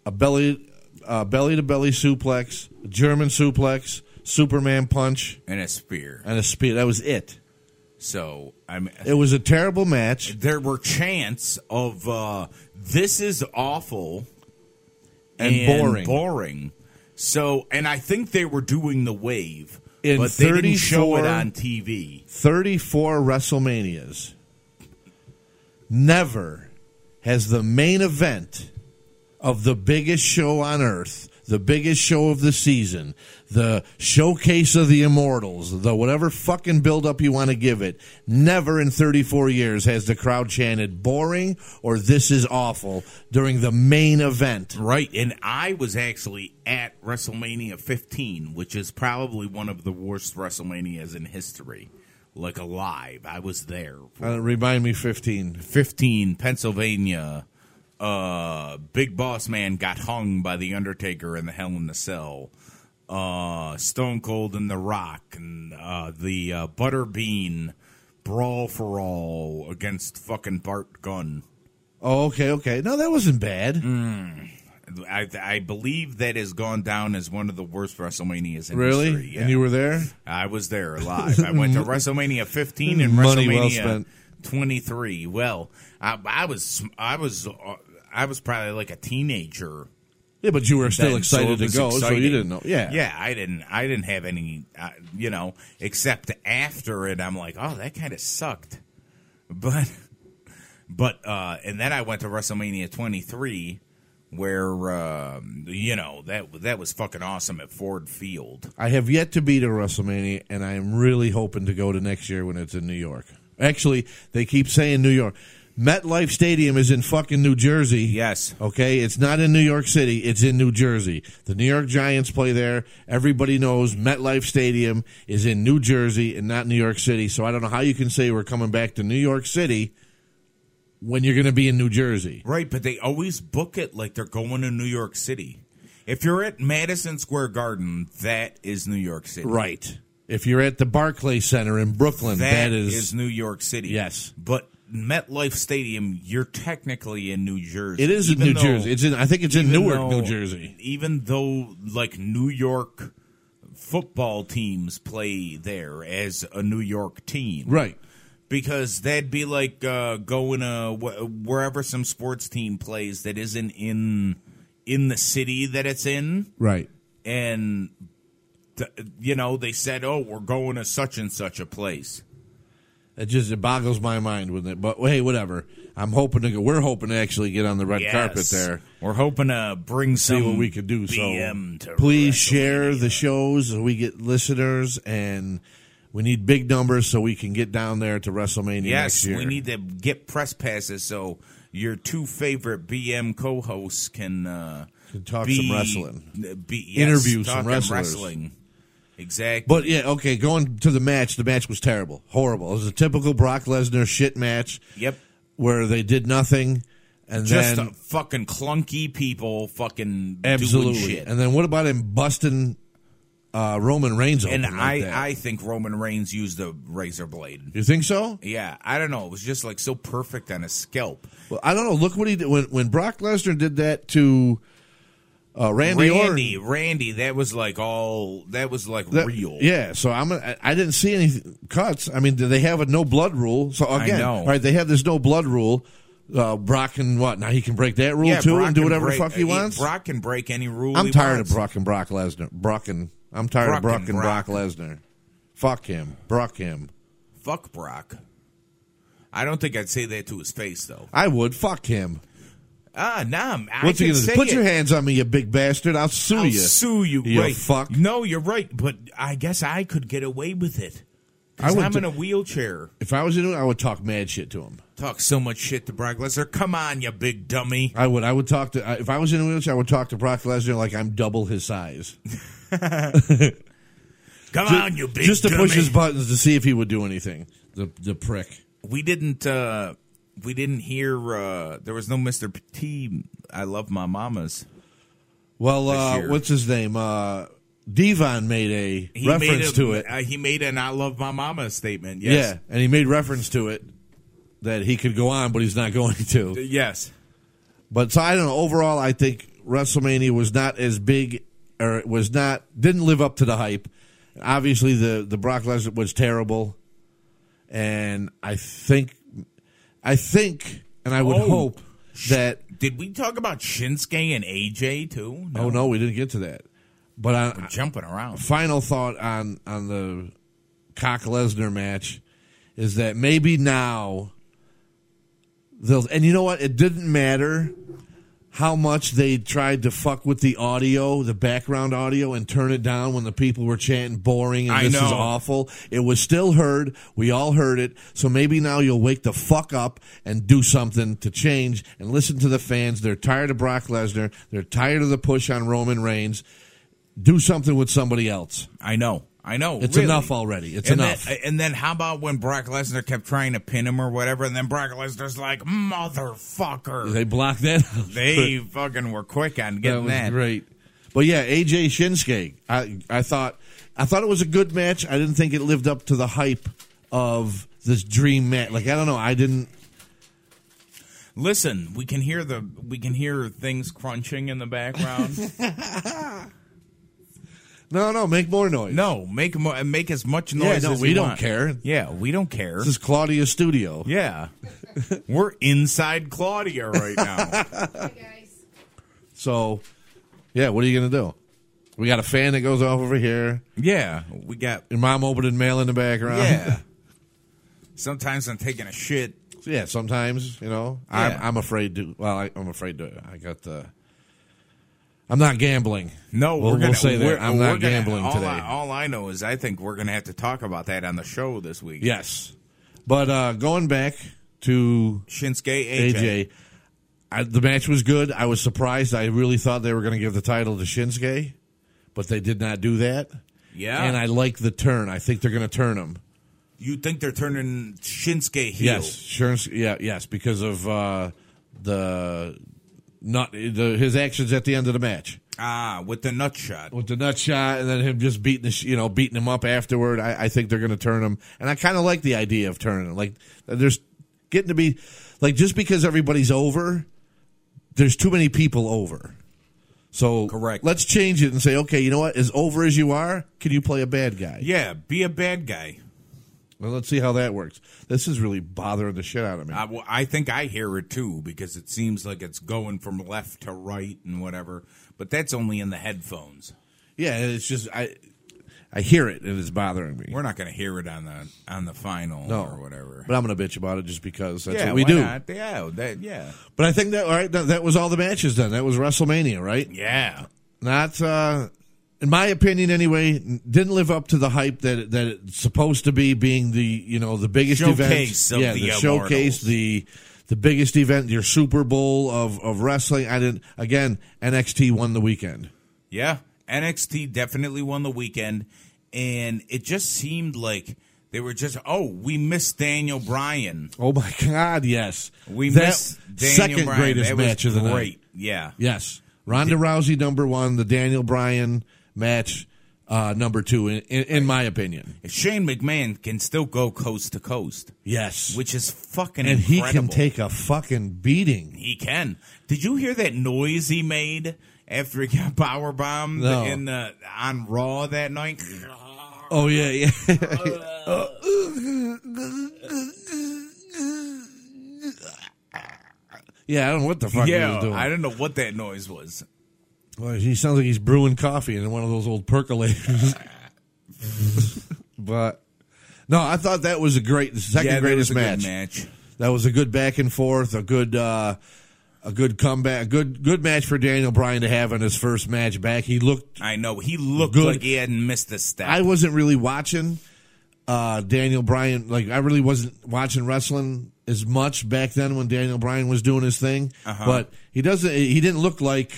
Speaker 5: a belly, a belly to belly suplex, a German suplex, Superman punch,
Speaker 8: And a spear.
Speaker 5: and a spear. That was it.
Speaker 8: So I mean,
Speaker 5: It was a terrible match.
Speaker 8: there were chants of uh, "This is awful"
Speaker 5: And boring.
Speaker 8: boring. So, and I think they were doing the wave,
Speaker 5: In
Speaker 8: but they didn't show it
Speaker 5: 34
Speaker 8: on TV.
Speaker 5: 34 WrestleManias. Never has the main event of the biggest show on earth, the biggest show of the season, the showcase of the immortals, the whatever fucking build up you want to give it, never in 34 years has the crowd chanted boring or this is awful during the main event.
Speaker 8: Right, and I was actually at WrestleMania 15, which is probably one of the worst WrestleManias in history. Like alive, I was there.
Speaker 5: Uh, remind me 15.
Speaker 8: 15, Pennsylvania. Uh, Big Boss Man got hung by the Undertaker in the Hell in the Cell. Uh, Stone Cold and The Rock, and uh, the uh, Butterbean brawl for all against fucking Bart Gunn.
Speaker 5: Oh, okay, okay. No, that wasn't bad.
Speaker 8: Mm. I, I believe that has gone down as one of the worst WrestleManias in
Speaker 5: Really?
Speaker 8: history. Yeah.
Speaker 5: And you were there?
Speaker 8: I was there live. I went to WrestleMania 15 and
Speaker 5: Money well
Speaker 8: WrestleMania
Speaker 5: spent.
Speaker 8: 23. Well, I, I was I was uh, I was probably like a teenager.
Speaker 5: Yeah, but you were still
Speaker 8: then, so
Speaker 5: excited
Speaker 8: it
Speaker 5: to
Speaker 8: was
Speaker 5: go, so
Speaker 8: exciting.
Speaker 5: you didn't know. Yeah,
Speaker 8: yeah. I didn't. I didn't have any. Uh, you know, except after it, I'm like, oh, that kind of sucked. But, but, uh, and then I went to WrestleMania 23, where um, you know that that was fucking awesome at Ford Field.
Speaker 5: I have yet to be to WrestleMania, and I am really hoping to go to next year when it's in New York. Actually, they keep saying New York. MetLife Stadium is in fucking New Jersey.
Speaker 8: Yes.
Speaker 5: Okay, it's not in New York City, it's in New Jersey. The New York Giants play there. Everybody knows MetLife Stadium is in New Jersey and not New York City. So I don't know how you can say we're coming back to New York City when you're going to be in New Jersey.
Speaker 8: Right, but they always book it like they're going to New York City. If you're at Madison Square Garden, that is New York City.
Speaker 5: Right. If you're at the Barclay Center in Brooklyn,
Speaker 8: that is,
Speaker 5: is,
Speaker 8: New York City.
Speaker 5: Yes.
Speaker 8: But MetLife Stadium, you're technically in New Jersey.
Speaker 5: it is in
Speaker 8: Even
Speaker 5: New
Speaker 8: though-
Speaker 5: Jersey. It's in I think it's in
Speaker 8: even
Speaker 5: Newark,
Speaker 8: though-
Speaker 5: New Jersey.
Speaker 8: Even though like New York football teams play there as a New York team.
Speaker 5: Right.
Speaker 8: Because that'd be like uh, going uh, wh- wherever some sports team plays that isn't in in the city that it's in,
Speaker 5: Right.
Speaker 8: and th- you know they said, "Oh, we're going to such and such a place."
Speaker 5: It just it boggles my mind with it. But hey, whatever. I'm hoping to go. We're hoping to actually get on the red carpet
Speaker 8: Yes.
Speaker 5: there.
Speaker 8: We're hoping to bring
Speaker 5: See
Speaker 8: some
Speaker 5: what we could do.
Speaker 8: BM
Speaker 5: so
Speaker 8: to
Speaker 5: please
Speaker 8: wrestle.
Speaker 5: share the shows. So we get listeners, and we need big numbers so we can get down there to WrestleMania
Speaker 8: Yes,
Speaker 5: next year.
Speaker 8: we need to get press passes so your two favorite BM co-hosts can, uh,
Speaker 5: Can talk
Speaker 8: be-
Speaker 5: some wrestling.
Speaker 8: be, yes,
Speaker 5: Interview
Speaker 8: talk
Speaker 5: some
Speaker 8: and
Speaker 5: wrestlers.
Speaker 8: wrestling. Exactly.
Speaker 5: But yeah, okay. Going to the match, the match was terrible, horrible. It was a typical Brock Lesnar shit match.
Speaker 8: Yep.
Speaker 5: where they did nothing, and
Speaker 8: just
Speaker 5: then
Speaker 8: a fucking clunky people, fucking
Speaker 5: absolutely.
Speaker 8: doing shit.
Speaker 5: And then what about him busting uh, Roman Reigns? Open
Speaker 8: And
Speaker 5: like
Speaker 8: I,
Speaker 5: that?
Speaker 8: I think Roman Reigns used a razor blade.
Speaker 5: you think so?
Speaker 8: Yeah, I don't know. It was just like so perfect on a scalp.
Speaker 5: Well, I don't know. Look what he did when when Brock Lesnar did that to uh, Randy,
Speaker 8: Randy,
Speaker 5: Orton.
Speaker 8: Randy, that was like all. That was like
Speaker 5: That-
Speaker 8: real.
Speaker 5: Yeah, so I'm. I, I didn't see any cuts. I mean, do they have a no blood rule? So
Speaker 8: I
Speaker 5: again,
Speaker 8: know.
Speaker 5: all right, they have this no blood rule. Uh, Brock and what? Now he can break that rule
Speaker 8: Yeah,
Speaker 5: too
Speaker 8: Brock
Speaker 5: and do
Speaker 8: can
Speaker 5: whatever
Speaker 8: break- uh,
Speaker 5: the fuck he wants.
Speaker 8: Brock can break any rule.
Speaker 5: I'm
Speaker 8: he
Speaker 5: tired
Speaker 8: wants.
Speaker 5: of Brock and Brock Lesnar. Brock and I'm tired
Speaker 8: Brock
Speaker 5: of Brock
Speaker 8: and
Speaker 5: and Brock,
Speaker 8: Brock.
Speaker 5: Lesnar. Fuck him. Brock him.
Speaker 8: Fuck Brock. I don't think I'd say that to his face though.
Speaker 5: I would. Fuck him.
Speaker 8: Ah, nah. I'm- I
Speaker 5: What's he
Speaker 8: can
Speaker 5: gonna do?
Speaker 8: say
Speaker 5: Put
Speaker 8: it.
Speaker 5: your hands on me, you big bastard. I'll sue
Speaker 8: I'll
Speaker 5: you.
Speaker 8: sue you.
Speaker 5: You
Speaker 8: right.
Speaker 5: fuck.
Speaker 8: No, you're right. But I guess I could get away with it.
Speaker 5: I
Speaker 8: Cause
Speaker 5: would
Speaker 8: I'm in
Speaker 5: do-
Speaker 8: a wheelchair.
Speaker 5: If I was into it, I would talk mad shit to him.
Speaker 8: Talk so much shit to Brock Lesnar. Come on, you big dummy.
Speaker 5: I would. I would talk to. I- If I was in a wheelchair, I would talk to Brock Lesnar like I'm double his size,
Speaker 8: Come on, you big
Speaker 5: just to
Speaker 8: dummy.
Speaker 5: push his buttons to see if he would do anything. The the prick.
Speaker 8: we didn't uh we didn't hear uh there was no Mr. T I love my mamas.
Speaker 5: Well, uh,
Speaker 8: year.
Speaker 5: what's his name? Uh, Devon made a
Speaker 8: He
Speaker 5: reference
Speaker 8: made a-
Speaker 5: to it.
Speaker 8: Uh, he made an I love my mama statement. Yes.
Speaker 5: Yeah, and he made reference to it that he could go on, but he's not going to.
Speaker 8: Yes.
Speaker 5: But so I don't know. Overall, I think WrestleMania was not as big, or it was not didn't live up to the hype. Obviously, the the Brock Lesnar was terrible, and I think, I think, and I would
Speaker 8: Oh.
Speaker 5: hope that.
Speaker 8: Did we talk about Shinsuke and AJ too?
Speaker 5: Oh no, we didn't get to that. But I,
Speaker 8: Jumping around.
Speaker 5: final thought on on the Cock Lesnar match is that maybe now they'll and you know what it didn't matter how much they tried to fuck with the audio, the background audio, and turn it down when the people were chanting boring and
Speaker 8: I
Speaker 5: this is
Speaker 8: know.
Speaker 5: awful. It was still heard. We all heard it. So maybe now you'll wake the fuck up and do something to change and listen to the fans. They're tired of Brock Lesnar. They're tired of the push on Roman Reigns. Do something with somebody else.
Speaker 8: I know. I know.
Speaker 5: It's
Speaker 8: really.
Speaker 5: enough already. It's
Speaker 8: and
Speaker 5: enough.
Speaker 8: Then, and then how about when Brock Lesnar kept trying to pin him or whatever, and then Brock Lesnar's like, motherfucker.
Speaker 5: they blocked that. out.
Speaker 8: They fucking were quick on
Speaker 5: that
Speaker 8: getting
Speaker 5: was
Speaker 8: that.
Speaker 5: great. But yeah, AJ Shinsuke. I I thought I thought it was a good match. I didn't think it lived up to the hype of this dream match. Like I don't know. I didn't.
Speaker 8: Listen, we can hear the we can hear things crunching in the background.
Speaker 5: No, no. Make more noise.
Speaker 8: no, make mo- make as much noise.
Speaker 5: no,
Speaker 8: as
Speaker 5: we
Speaker 8: you
Speaker 5: don't
Speaker 8: want.
Speaker 5: care.
Speaker 8: Yeah, we don't care.
Speaker 5: This is Claudia's studio.
Speaker 8: yeah, we're inside Claudia right now.
Speaker 7: guys.
Speaker 5: So, yeah. What are you gonna do? We got a fan that goes off over here.
Speaker 8: yeah, we got
Speaker 5: Your mom opening mail in the background.
Speaker 8: yeah. Sometimes I'm taking a shit.
Speaker 5: Yeah, sometimes you know
Speaker 8: Yeah.
Speaker 5: I'm, I'm afraid to. Well, I, I'm afraid to. I got the. I'm not gambling.
Speaker 8: No,
Speaker 5: We'll-
Speaker 8: we're
Speaker 5: we'll
Speaker 8: gonna
Speaker 5: say that.
Speaker 8: we're-
Speaker 5: I'm
Speaker 8: we're
Speaker 5: not
Speaker 8: gonna-
Speaker 5: gambling
Speaker 8: all
Speaker 5: today.
Speaker 8: I, all I know is I think we're gonna have to talk about that on the show this week.
Speaker 5: Yes, but uh, going back to
Speaker 8: Shinsuke AJ.
Speaker 5: AJ. I, the match was good. I was surprised. I really thought they were going to give the title to Shinsuke, but they did not do that.
Speaker 8: Yeah.
Speaker 5: And I like the turn. I think they're going to turn him.
Speaker 8: You think they're turning Shinsuke heel?
Speaker 5: Yes, sure. Yeah, yes, because of uh, the not the, his actions at the end of the match
Speaker 8: Ah, with the nut shot.
Speaker 5: with the nut shot, and then him just beating the sh- you know beating him up afterward. I, I think they're going to turn him, and I kind of like the idea of turning. him. Like there's getting to be like just because everybody's over, there's too many people over. So
Speaker 8: Correct.
Speaker 5: Let's change it and say, okay, you know what? As over as you are, can you play a bad guy?
Speaker 8: Yeah, be a bad guy.
Speaker 5: Well, let's see how that works. This is really bothering the shit out of me.
Speaker 8: I, well, I think I hear it too because it seems like it's going from left to right and whatever. But that's only in the headphones.
Speaker 5: Yeah, and it's just I I hear it and it's bothering me.
Speaker 8: We're not going to hear it on the on the final or whatever.
Speaker 5: But I'm gonna bitch about it just because that's
Speaker 8: yeah,
Speaker 5: what we
Speaker 8: why
Speaker 5: do.
Speaker 8: not? Yeah, that, yeah,
Speaker 5: But I think that all right, that, that was all the matches then. That was WrestleMania, right?
Speaker 8: yeah.
Speaker 5: Not uh in my opinion anyway, n- didn't live up to the hype that it- that it's supposed to be being the, you know, the biggest
Speaker 8: Showcase of
Speaker 5: event. yeah,
Speaker 8: the
Speaker 5: showcase,
Speaker 8: immortals.
Speaker 5: the the biggest event, your Super Bowl of of wrestling. I didn't again, NXT won the weekend.
Speaker 8: Yeah, NXT definitely won the weekend, and it just seemed like they were just oh we missed Daniel Bryan.
Speaker 5: Oh my god, yes.
Speaker 8: We
Speaker 5: that
Speaker 8: missed Daniel
Speaker 5: second
Speaker 8: Bryan.
Speaker 5: greatest
Speaker 8: That was
Speaker 5: match of the night.
Speaker 8: great. Yeah,
Speaker 5: Yes. Ronda Rousey number one, the Daniel Bryan match uh, number two, in, in, in my opinion.
Speaker 8: Shane McMahon can still go coast to coast,
Speaker 5: Yes.
Speaker 8: which is fucking
Speaker 5: and he
Speaker 8: incredible.
Speaker 5: can take a fucking beating.
Speaker 8: He can. Did you hear that noise he made after he got power bombed
Speaker 5: No.
Speaker 8: in the on Raw that night?
Speaker 5: Oh yeah, yeah. yeah, I don't know what the fuck he was
Speaker 8: Yeah,
Speaker 5: doing.
Speaker 8: I don't know what that noise was.
Speaker 5: Well, he sounds like he's brewing coffee in one of those old percolators. but no, I thought that was a great the second
Speaker 8: yeah, that was
Speaker 5: greatest
Speaker 8: a good
Speaker 5: match.
Speaker 8: match.
Speaker 5: That was a good back and forth, a good uh, a good comeback, a good good match for Daniel Bryan to have in his first match back. He looked.
Speaker 8: I know he looked
Speaker 5: Good.
Speaker 8: like he hadn't missed a step.
Speaker 5: I wasn't really watching uh, Daniel Bryan. Like I really wasn't watching wrestling as much back then when Daniel Bryan was doing his thing.
Speaker 8: Uh-huh.
Speaker 5: But he doesn't. He didn't look like.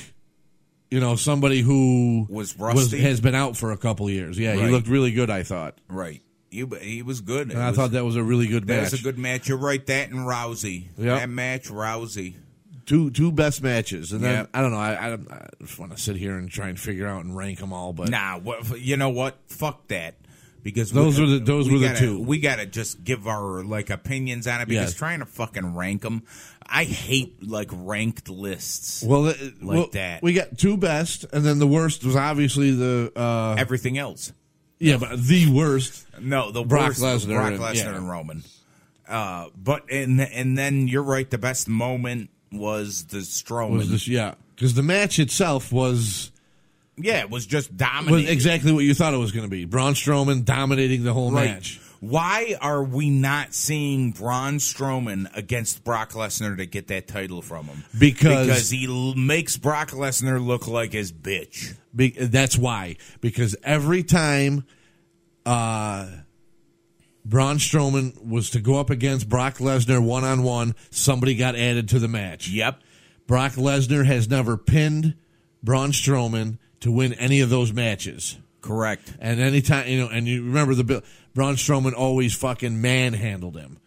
Speaker 5: You know, somebody who
Speaker 8: Was rusty?
Speaker 5: has been out for a couple of years. Yeah, he
Speaker 8: Right.
Speaker 5: looked really good. I thought,
Speaker 8: right, he, he was good.
Speaker 5: and I thought that was a really good
Speaker 8: that
Speaker 5: match.
Speaker 8: was a good match. You're right. That and Rousey.
Speaker 5: Yep.
Speaker 8: That match, Rousey.
Speaker 5: two two best matches, and then
Speaker 8: Yeah.
Speaker 5: I don't know. I, I, I just want to sit here and try and figure out and rank them all, but
Speaker 8: Nah, what, you know what? Fuck that. Because
Speaker 5: Those
Speaker 8: we-
Speaker 5: were the- those
Speaker 8: we
Speaker 5: were the
Speaker 8: gotta,
Speaker 5: two.
Speaker 8: We gotta just give our like opinions on it because
Speaker 5: Yes.
Speaker 8: trying to fucking rank them, I hate like ranked lists.
Speaker 5: well, uh, well,
Speaker 8: that.
Speaker 5: we got two best, and then the worst was obviously the uh,
Speaker 8: Everything else,
Speaker 5: yeah, but the worst.
Speaker 8: no, the
Speaker 5: Brock
Speaker 8: worst,
Speaker 5: Lesnar
Speaker 8: Brock
Speaker 5: and-
Speaker 8: Lesnar
Speaker 5: yeah.
Speaker 8: and Roman. Uh, but and and then you're right. The best moment was the Strowman.
Speaker 5: Was this yeah? Because the match itself was
Speaker 8: yeah, it was just dominating.
Speaker 5: was exactly what you thought it was going to be. Braun Strowman dominating the whole
Speaker 8: Right.
Speaker 5: match.
Speaker 8: Why are we not seeing Braun Strowman against Brock Lesnar to get that title from him?
Speaker 5: Because-
Speaker 8: he l- makes Brock Lesnar look like his bitch.
Speaker 5: Be- that's why because every time uh Braun Strowman was to go up against Brock Lesnar one on one, somebody got added to the match.
Speaker 8: Yep.
Speaker 5: Brock Lesnar has never pinned Braun Strowman to win any of those matches.
Speaker 8: Correct.
Speaker 5: And anytime you know, and you remember the bill, Braun Strowman always fucking manhandled him.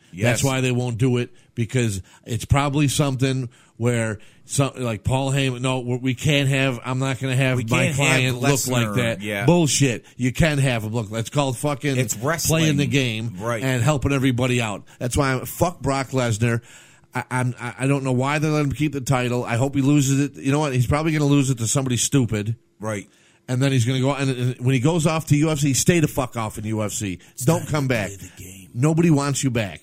Speaker 8: Yes.
Speaker 5: That's why they won't do it because it's probably something where some like Paul Heyman. No, we we can't have. I'm not going to have
Speaker 8: We
Speaker 5: my
Speaker 8: can't have
Speaker 5: client look
Speaker 8: Lesnar,
Speaker 5: like that.
Speaker 8: yeah.
Speaker 5: Bullshit. You can have him look. That's called fucking.
Speaker 8: It's wrestling.
Speaker 5: playing the game
Speaker 8: Right.
Speaker 5: and helping everybody out. That's why I'm, fuck Brock Lesnar. I, I'm I I don't know why they let him keep the title. I hope he loses it. You know what? He's probably going to lose it to somebody stupid
Speaker 8: Right.
Speaker 5: and then he's going to go. And, and when he goes off to UFC, stay the fuck off in UFC. Don't come back. Nobody wants you back.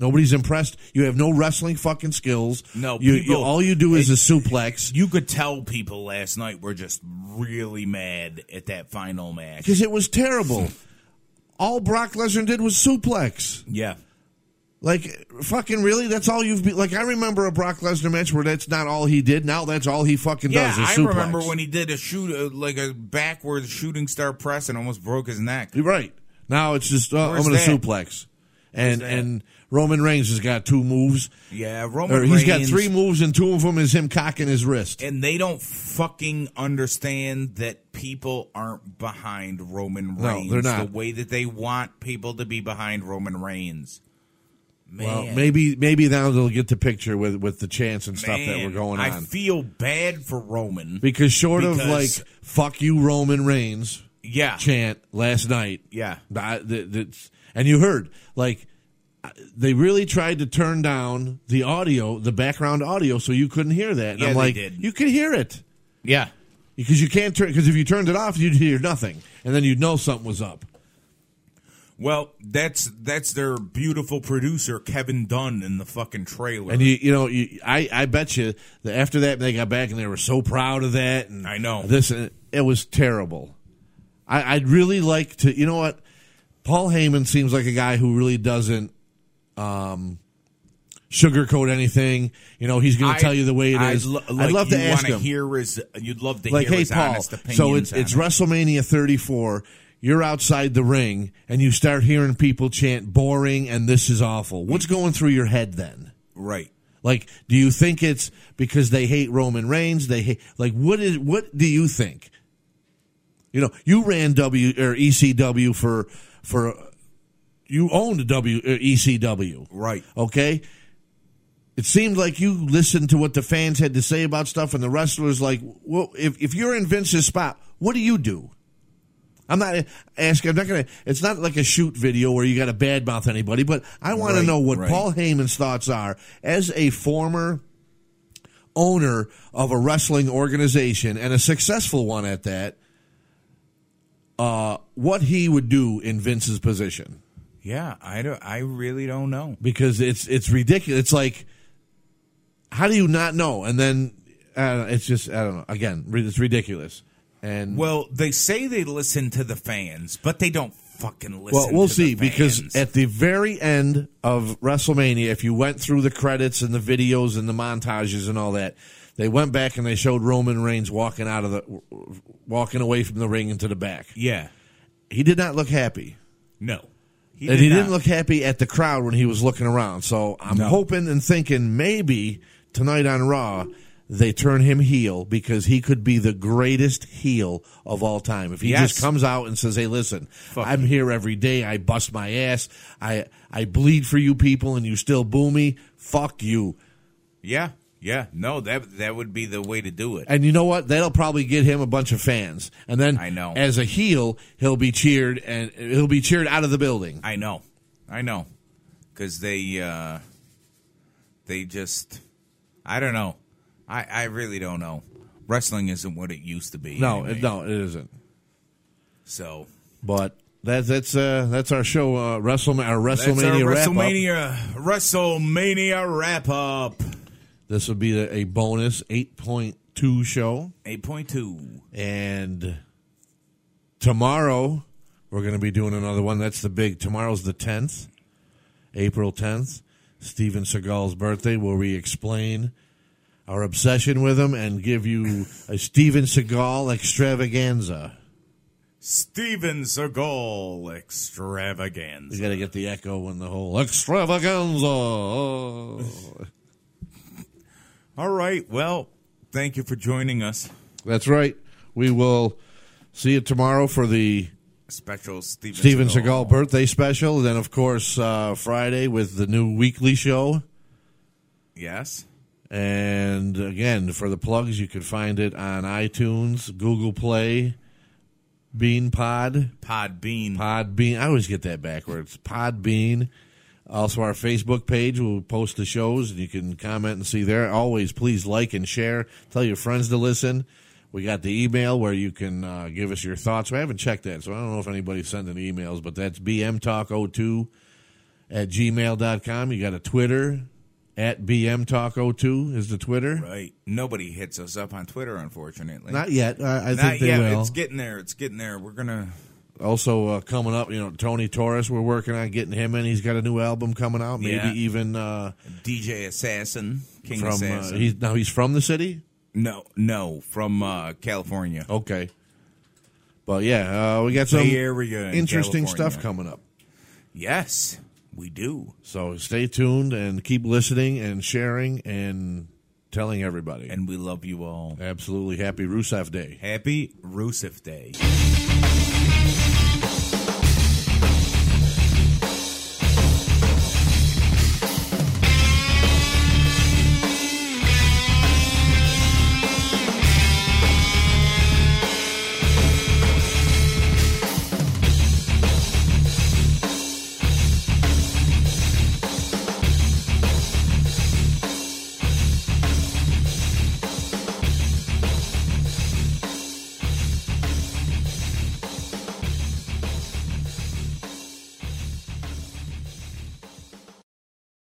Speaker 5: Nobody's impressed. You have no wrestling fucking skills.
Speaker 8: No,
Speaker 5: you, you-
Speaker 8: people-
Speaker 5: all you do is a suplex
Speaker 8: You could tell people last night were just really mad at that final match.
Speaker 5: because it was terrible. all Brock Lesnar did was suplex.
Speaker 8: Yeah.
Speaker 5: Like fucking really? That's all you've been. Like I remember a Brock Lesnar match where that's not all he did. Now that's all he fucking
Speaker 8: Yeah,
Speaker 5: does. Is
Speaker 8: I
Speaker 5: suplex.
Speaker 8: remember when he did a shoot uh, like a backwards shooting star press and almost broke his neck.
Speaker 5: You're right. Now it's just uh, I'm
Speaker 8: Where's
Speaker 5: going to
Speaker 8: that?
Speaker 5: suplex. and and Roman Reigns has got two moves.
Speaker 8: Yeah,
Speaker 5: Or
Speaker 8: Roman
Speaker 5: he's got
Speaker 8: Reigns-
Speaker 5: three moves, and two of them is him cocking his wrist.
Speaker 8: and they don't fucking understand that people aren't behind Roman
Speaker 5: No,
Speaker 8: Reigns
Speaker 5: they're not.
Speaker 8: the way that they want people to be behind Roman Reigns. Man,
Speaker 5: Well, maybe maybe now they'll get the picture with with the chants and stuff that
Speaker 8: man,
Speaker 5: were going
Speaker 8: I
Speaker 5: on.
Speaker 8: feel bad for Roman.
Speaker 5: because short of
Speaker 8: because-
Speaker 5: like "fuck you, Roman Reigns"
Speaker 8: yeah,
Speaker 5: chant last night,
Speaker 8: Yeah.
Speaker 5: I- th- that's- and you heard like I- they really tried to turn down the audio, the background audio, so you couldn't hear that. And
Speaker 8: Yeah,
Speaker 5: I'm
Speaker 8: they
Speaker 5: like,
Speaker 8: did.
Speaker 5: you could hear it
Speaker 8: yeah.
Speaker 5: because you can't turn because if you turned it off, you'd hear nothing, and then you'd know something was up.
Speaker 8: Well, that's that's their beautiful producer Kevin Dunn in the fucking trailer.
Speaker 5: And you, you know, you, I, I bet you that after that they got back and they were so proud of that. And
Speaker 8: I know.
Speaker 5: this, and it was terrible. I, I'd really like to. You know what? Paul Heyman seems like a guy who really doesn't um, sugarcoat anything. You know, he's going
Speaker 8: I-
Speaker 5: to tell you the way it
Speaker 8: I'd
Speaker 5: is.
Speaker 8: lo-
Speaker 5: I'd
Speaker 8: like,
Speaker 5: love to
Speaker 8: you
Speaker 5: ask
Speaker 8: wanna
Speaker 5: him,
Speaker 8: Hear his, you'd love to
Speaker 5: like,
Speaker 8: hear
Speaker 5: "Hey,
Speaker 8: his
Speaker 5: Paul,
Speaker 8: honest opinions.
Speaker 5: so it's
Speaker 8: on
Speaker 5: it's
Speaker 8: it.
Speaker 5: WrestleMania 34. You're outside the ring and you start hearing people chant "boring" and "this is awful." What's going through your head then?
Speaker 8: right?
Speaker 5: Like, do you think it's because they hate Roman Reigns? They hate like what is what do you think? You know, you ran W or ECW for for you owned W or ECW,
Speaker 8: Right.
Speaker 5: Okay. It seemed like you listened to what the fans had to say about stuff, and the wrestlers like, well, if if you're in Vince's spot, what do you do? I'm not asking. I'm not gonna. It's not like a shoot video where you got to badmouth anybody, but I want
Speaker 8: Right,
Speaker 5: to know what
Speaker 8: right.
Speaker 5: Paul Heyman's thoughts are as a former owner of a wrestling organization and a successful one at that. Uh, what he would do in Vince's position
Speaker 8: Yeah, I don't. I really don't know.
Speaker 5: because it's it's ridiculous. It's like, how do you not know? And then uh, it's just I don't know. Again, re- it's ridiculous. And
Speaker 8: Well, they say they listen to the fans, but they don't fucking listen.
Speaker 5: Well, we'll
Speaker 8: to
Speaker 5: see
Speaker 8: the
Speaker 5: because
Speaker 8: fans.
Speaker 5: at the very end of WrestleMania, if you went through the credits and the videos and the montages and all that, they went back and they showed Roman Reigns walking out of the walking away from the ring into the back.
Speaker 8: yeah,
Speaker 5: He did not look happy.
Speaker 8: no, he
Speaker 5: and he
Speaker 8: not.
Speaker 5: didn't look happy at the crowd when he was looking around. So I'm
Speaker 8: No.
Speaker 5: hoping and thinking maybe tonight on Raw they turn him heel because he could be the greatest heel of all time. If he
Speaker 8: Yes.
Speaker 5: just comes out and says, "Hey, listen, I'm here every day. I bust my ass. I I bleed for you people and you still boo me. Fuck you."
Speaker 8: Yeah, yeah, no, that that would be the way to do it.
Speaker 5: And you know what? That'll probably get him a bunch of fans. And then
Speaker 8: I know.
Speaker 5: as a heel, he'll be cheered and he'll be cheered out of the building.
Speaker 8: I know, I know, because they uh, they just, I don't know, I I really don't know. Wrestling isn't what it used to be.
Speaker 5: No,
Speaker 8: anyway.
Speaker 5: it, no, it isn't.
Speaker 8: So
Speaker 5: But that, that's uh, that's our show, uh, WrestleMania, our WrestleMania
Speaker 8: that's our
Speaker 5: wrap up.
Speaker 8: WrestleMania WrestleMania wrap up.
Speaker 5: This will be a, a bonus 8.2 show.
Speaker 8: Eight point two.
Speaker 5: And tomorrow, we're going to be doing another one. That's the big. Tomorrow's the 10th, April 10th, Steven Seagal's birthday, where we explain our obsession with him and give you a Steven Seagal extravaganza.
Speaker 8: Steven Seagal extravaganza.
Speaker 5: You got to get the echo and the whole extravaganza. Oh.
Speaker 8: All right. Well, thank you for joining us.
Speaker 5: That's right. We will see you tomorrow for the
Speaker 8: Special Steven,
Speaker 5: Steven Seagal birthday special. Then, of course, uh, Friday with the new weekly show.
Speaker 8: Yes.
Speaker 5: And again, for the plugs, you can find it on iTunes, Google Play, Beanpod,
Speaker 8: Podbean.
Speaker 5: Podbean. I always get that backwards. Podbean. Also, our Facebook page. We'll post the shows, and you can comment and see there. Always, please like and share. Tell your friends to listen. We got the email where you can uh, give us your thoughts. We haven't checked that, so I don't know if anybody's sending emails, but that's bmtalk02 at gmail.com. You got a Twitter at bmtalk02 is the Twitter.
Speaker 8: right. Nobody hits us up on Twitter, unfortunately.
Speaker 5: Not yet. I, I
Speaker 8: Not
Speaker 5: think they
Speaker 8: yet.
Speaker 5: will.
Speaker 8: It's getting there. It's getting there. We're gonna.
Speaker 5: also uh, coming up, you know, Tony Torres. We're working on getting him in. He's got a new album coming out. Maybe
Speaker 8: Yeah.
Speaker 5: even uh,
Speaker 8: DJ Assassin. King
Speaker 5: from uh,
Speaker 8: Assassin.
Speaker 5: he's now he's from the city.
Speaker 8: no, no, from uh, California.
Speaker 5: Okay, but yeah, uh, we got some
Speaker 8: Bay Area in
Speaker 5: interesting
Speaker 8: California.
Speaker 5: stuff coming up.
Speaker 8: Yes. We do.
Speaker 5: So stay tuned and keep listening and sharing and telling everybody.
Speaker 8: And we love you all.
Speaker 5: Absolutely happy Rusev Day.
Speaker 8: Happy Rusev Day.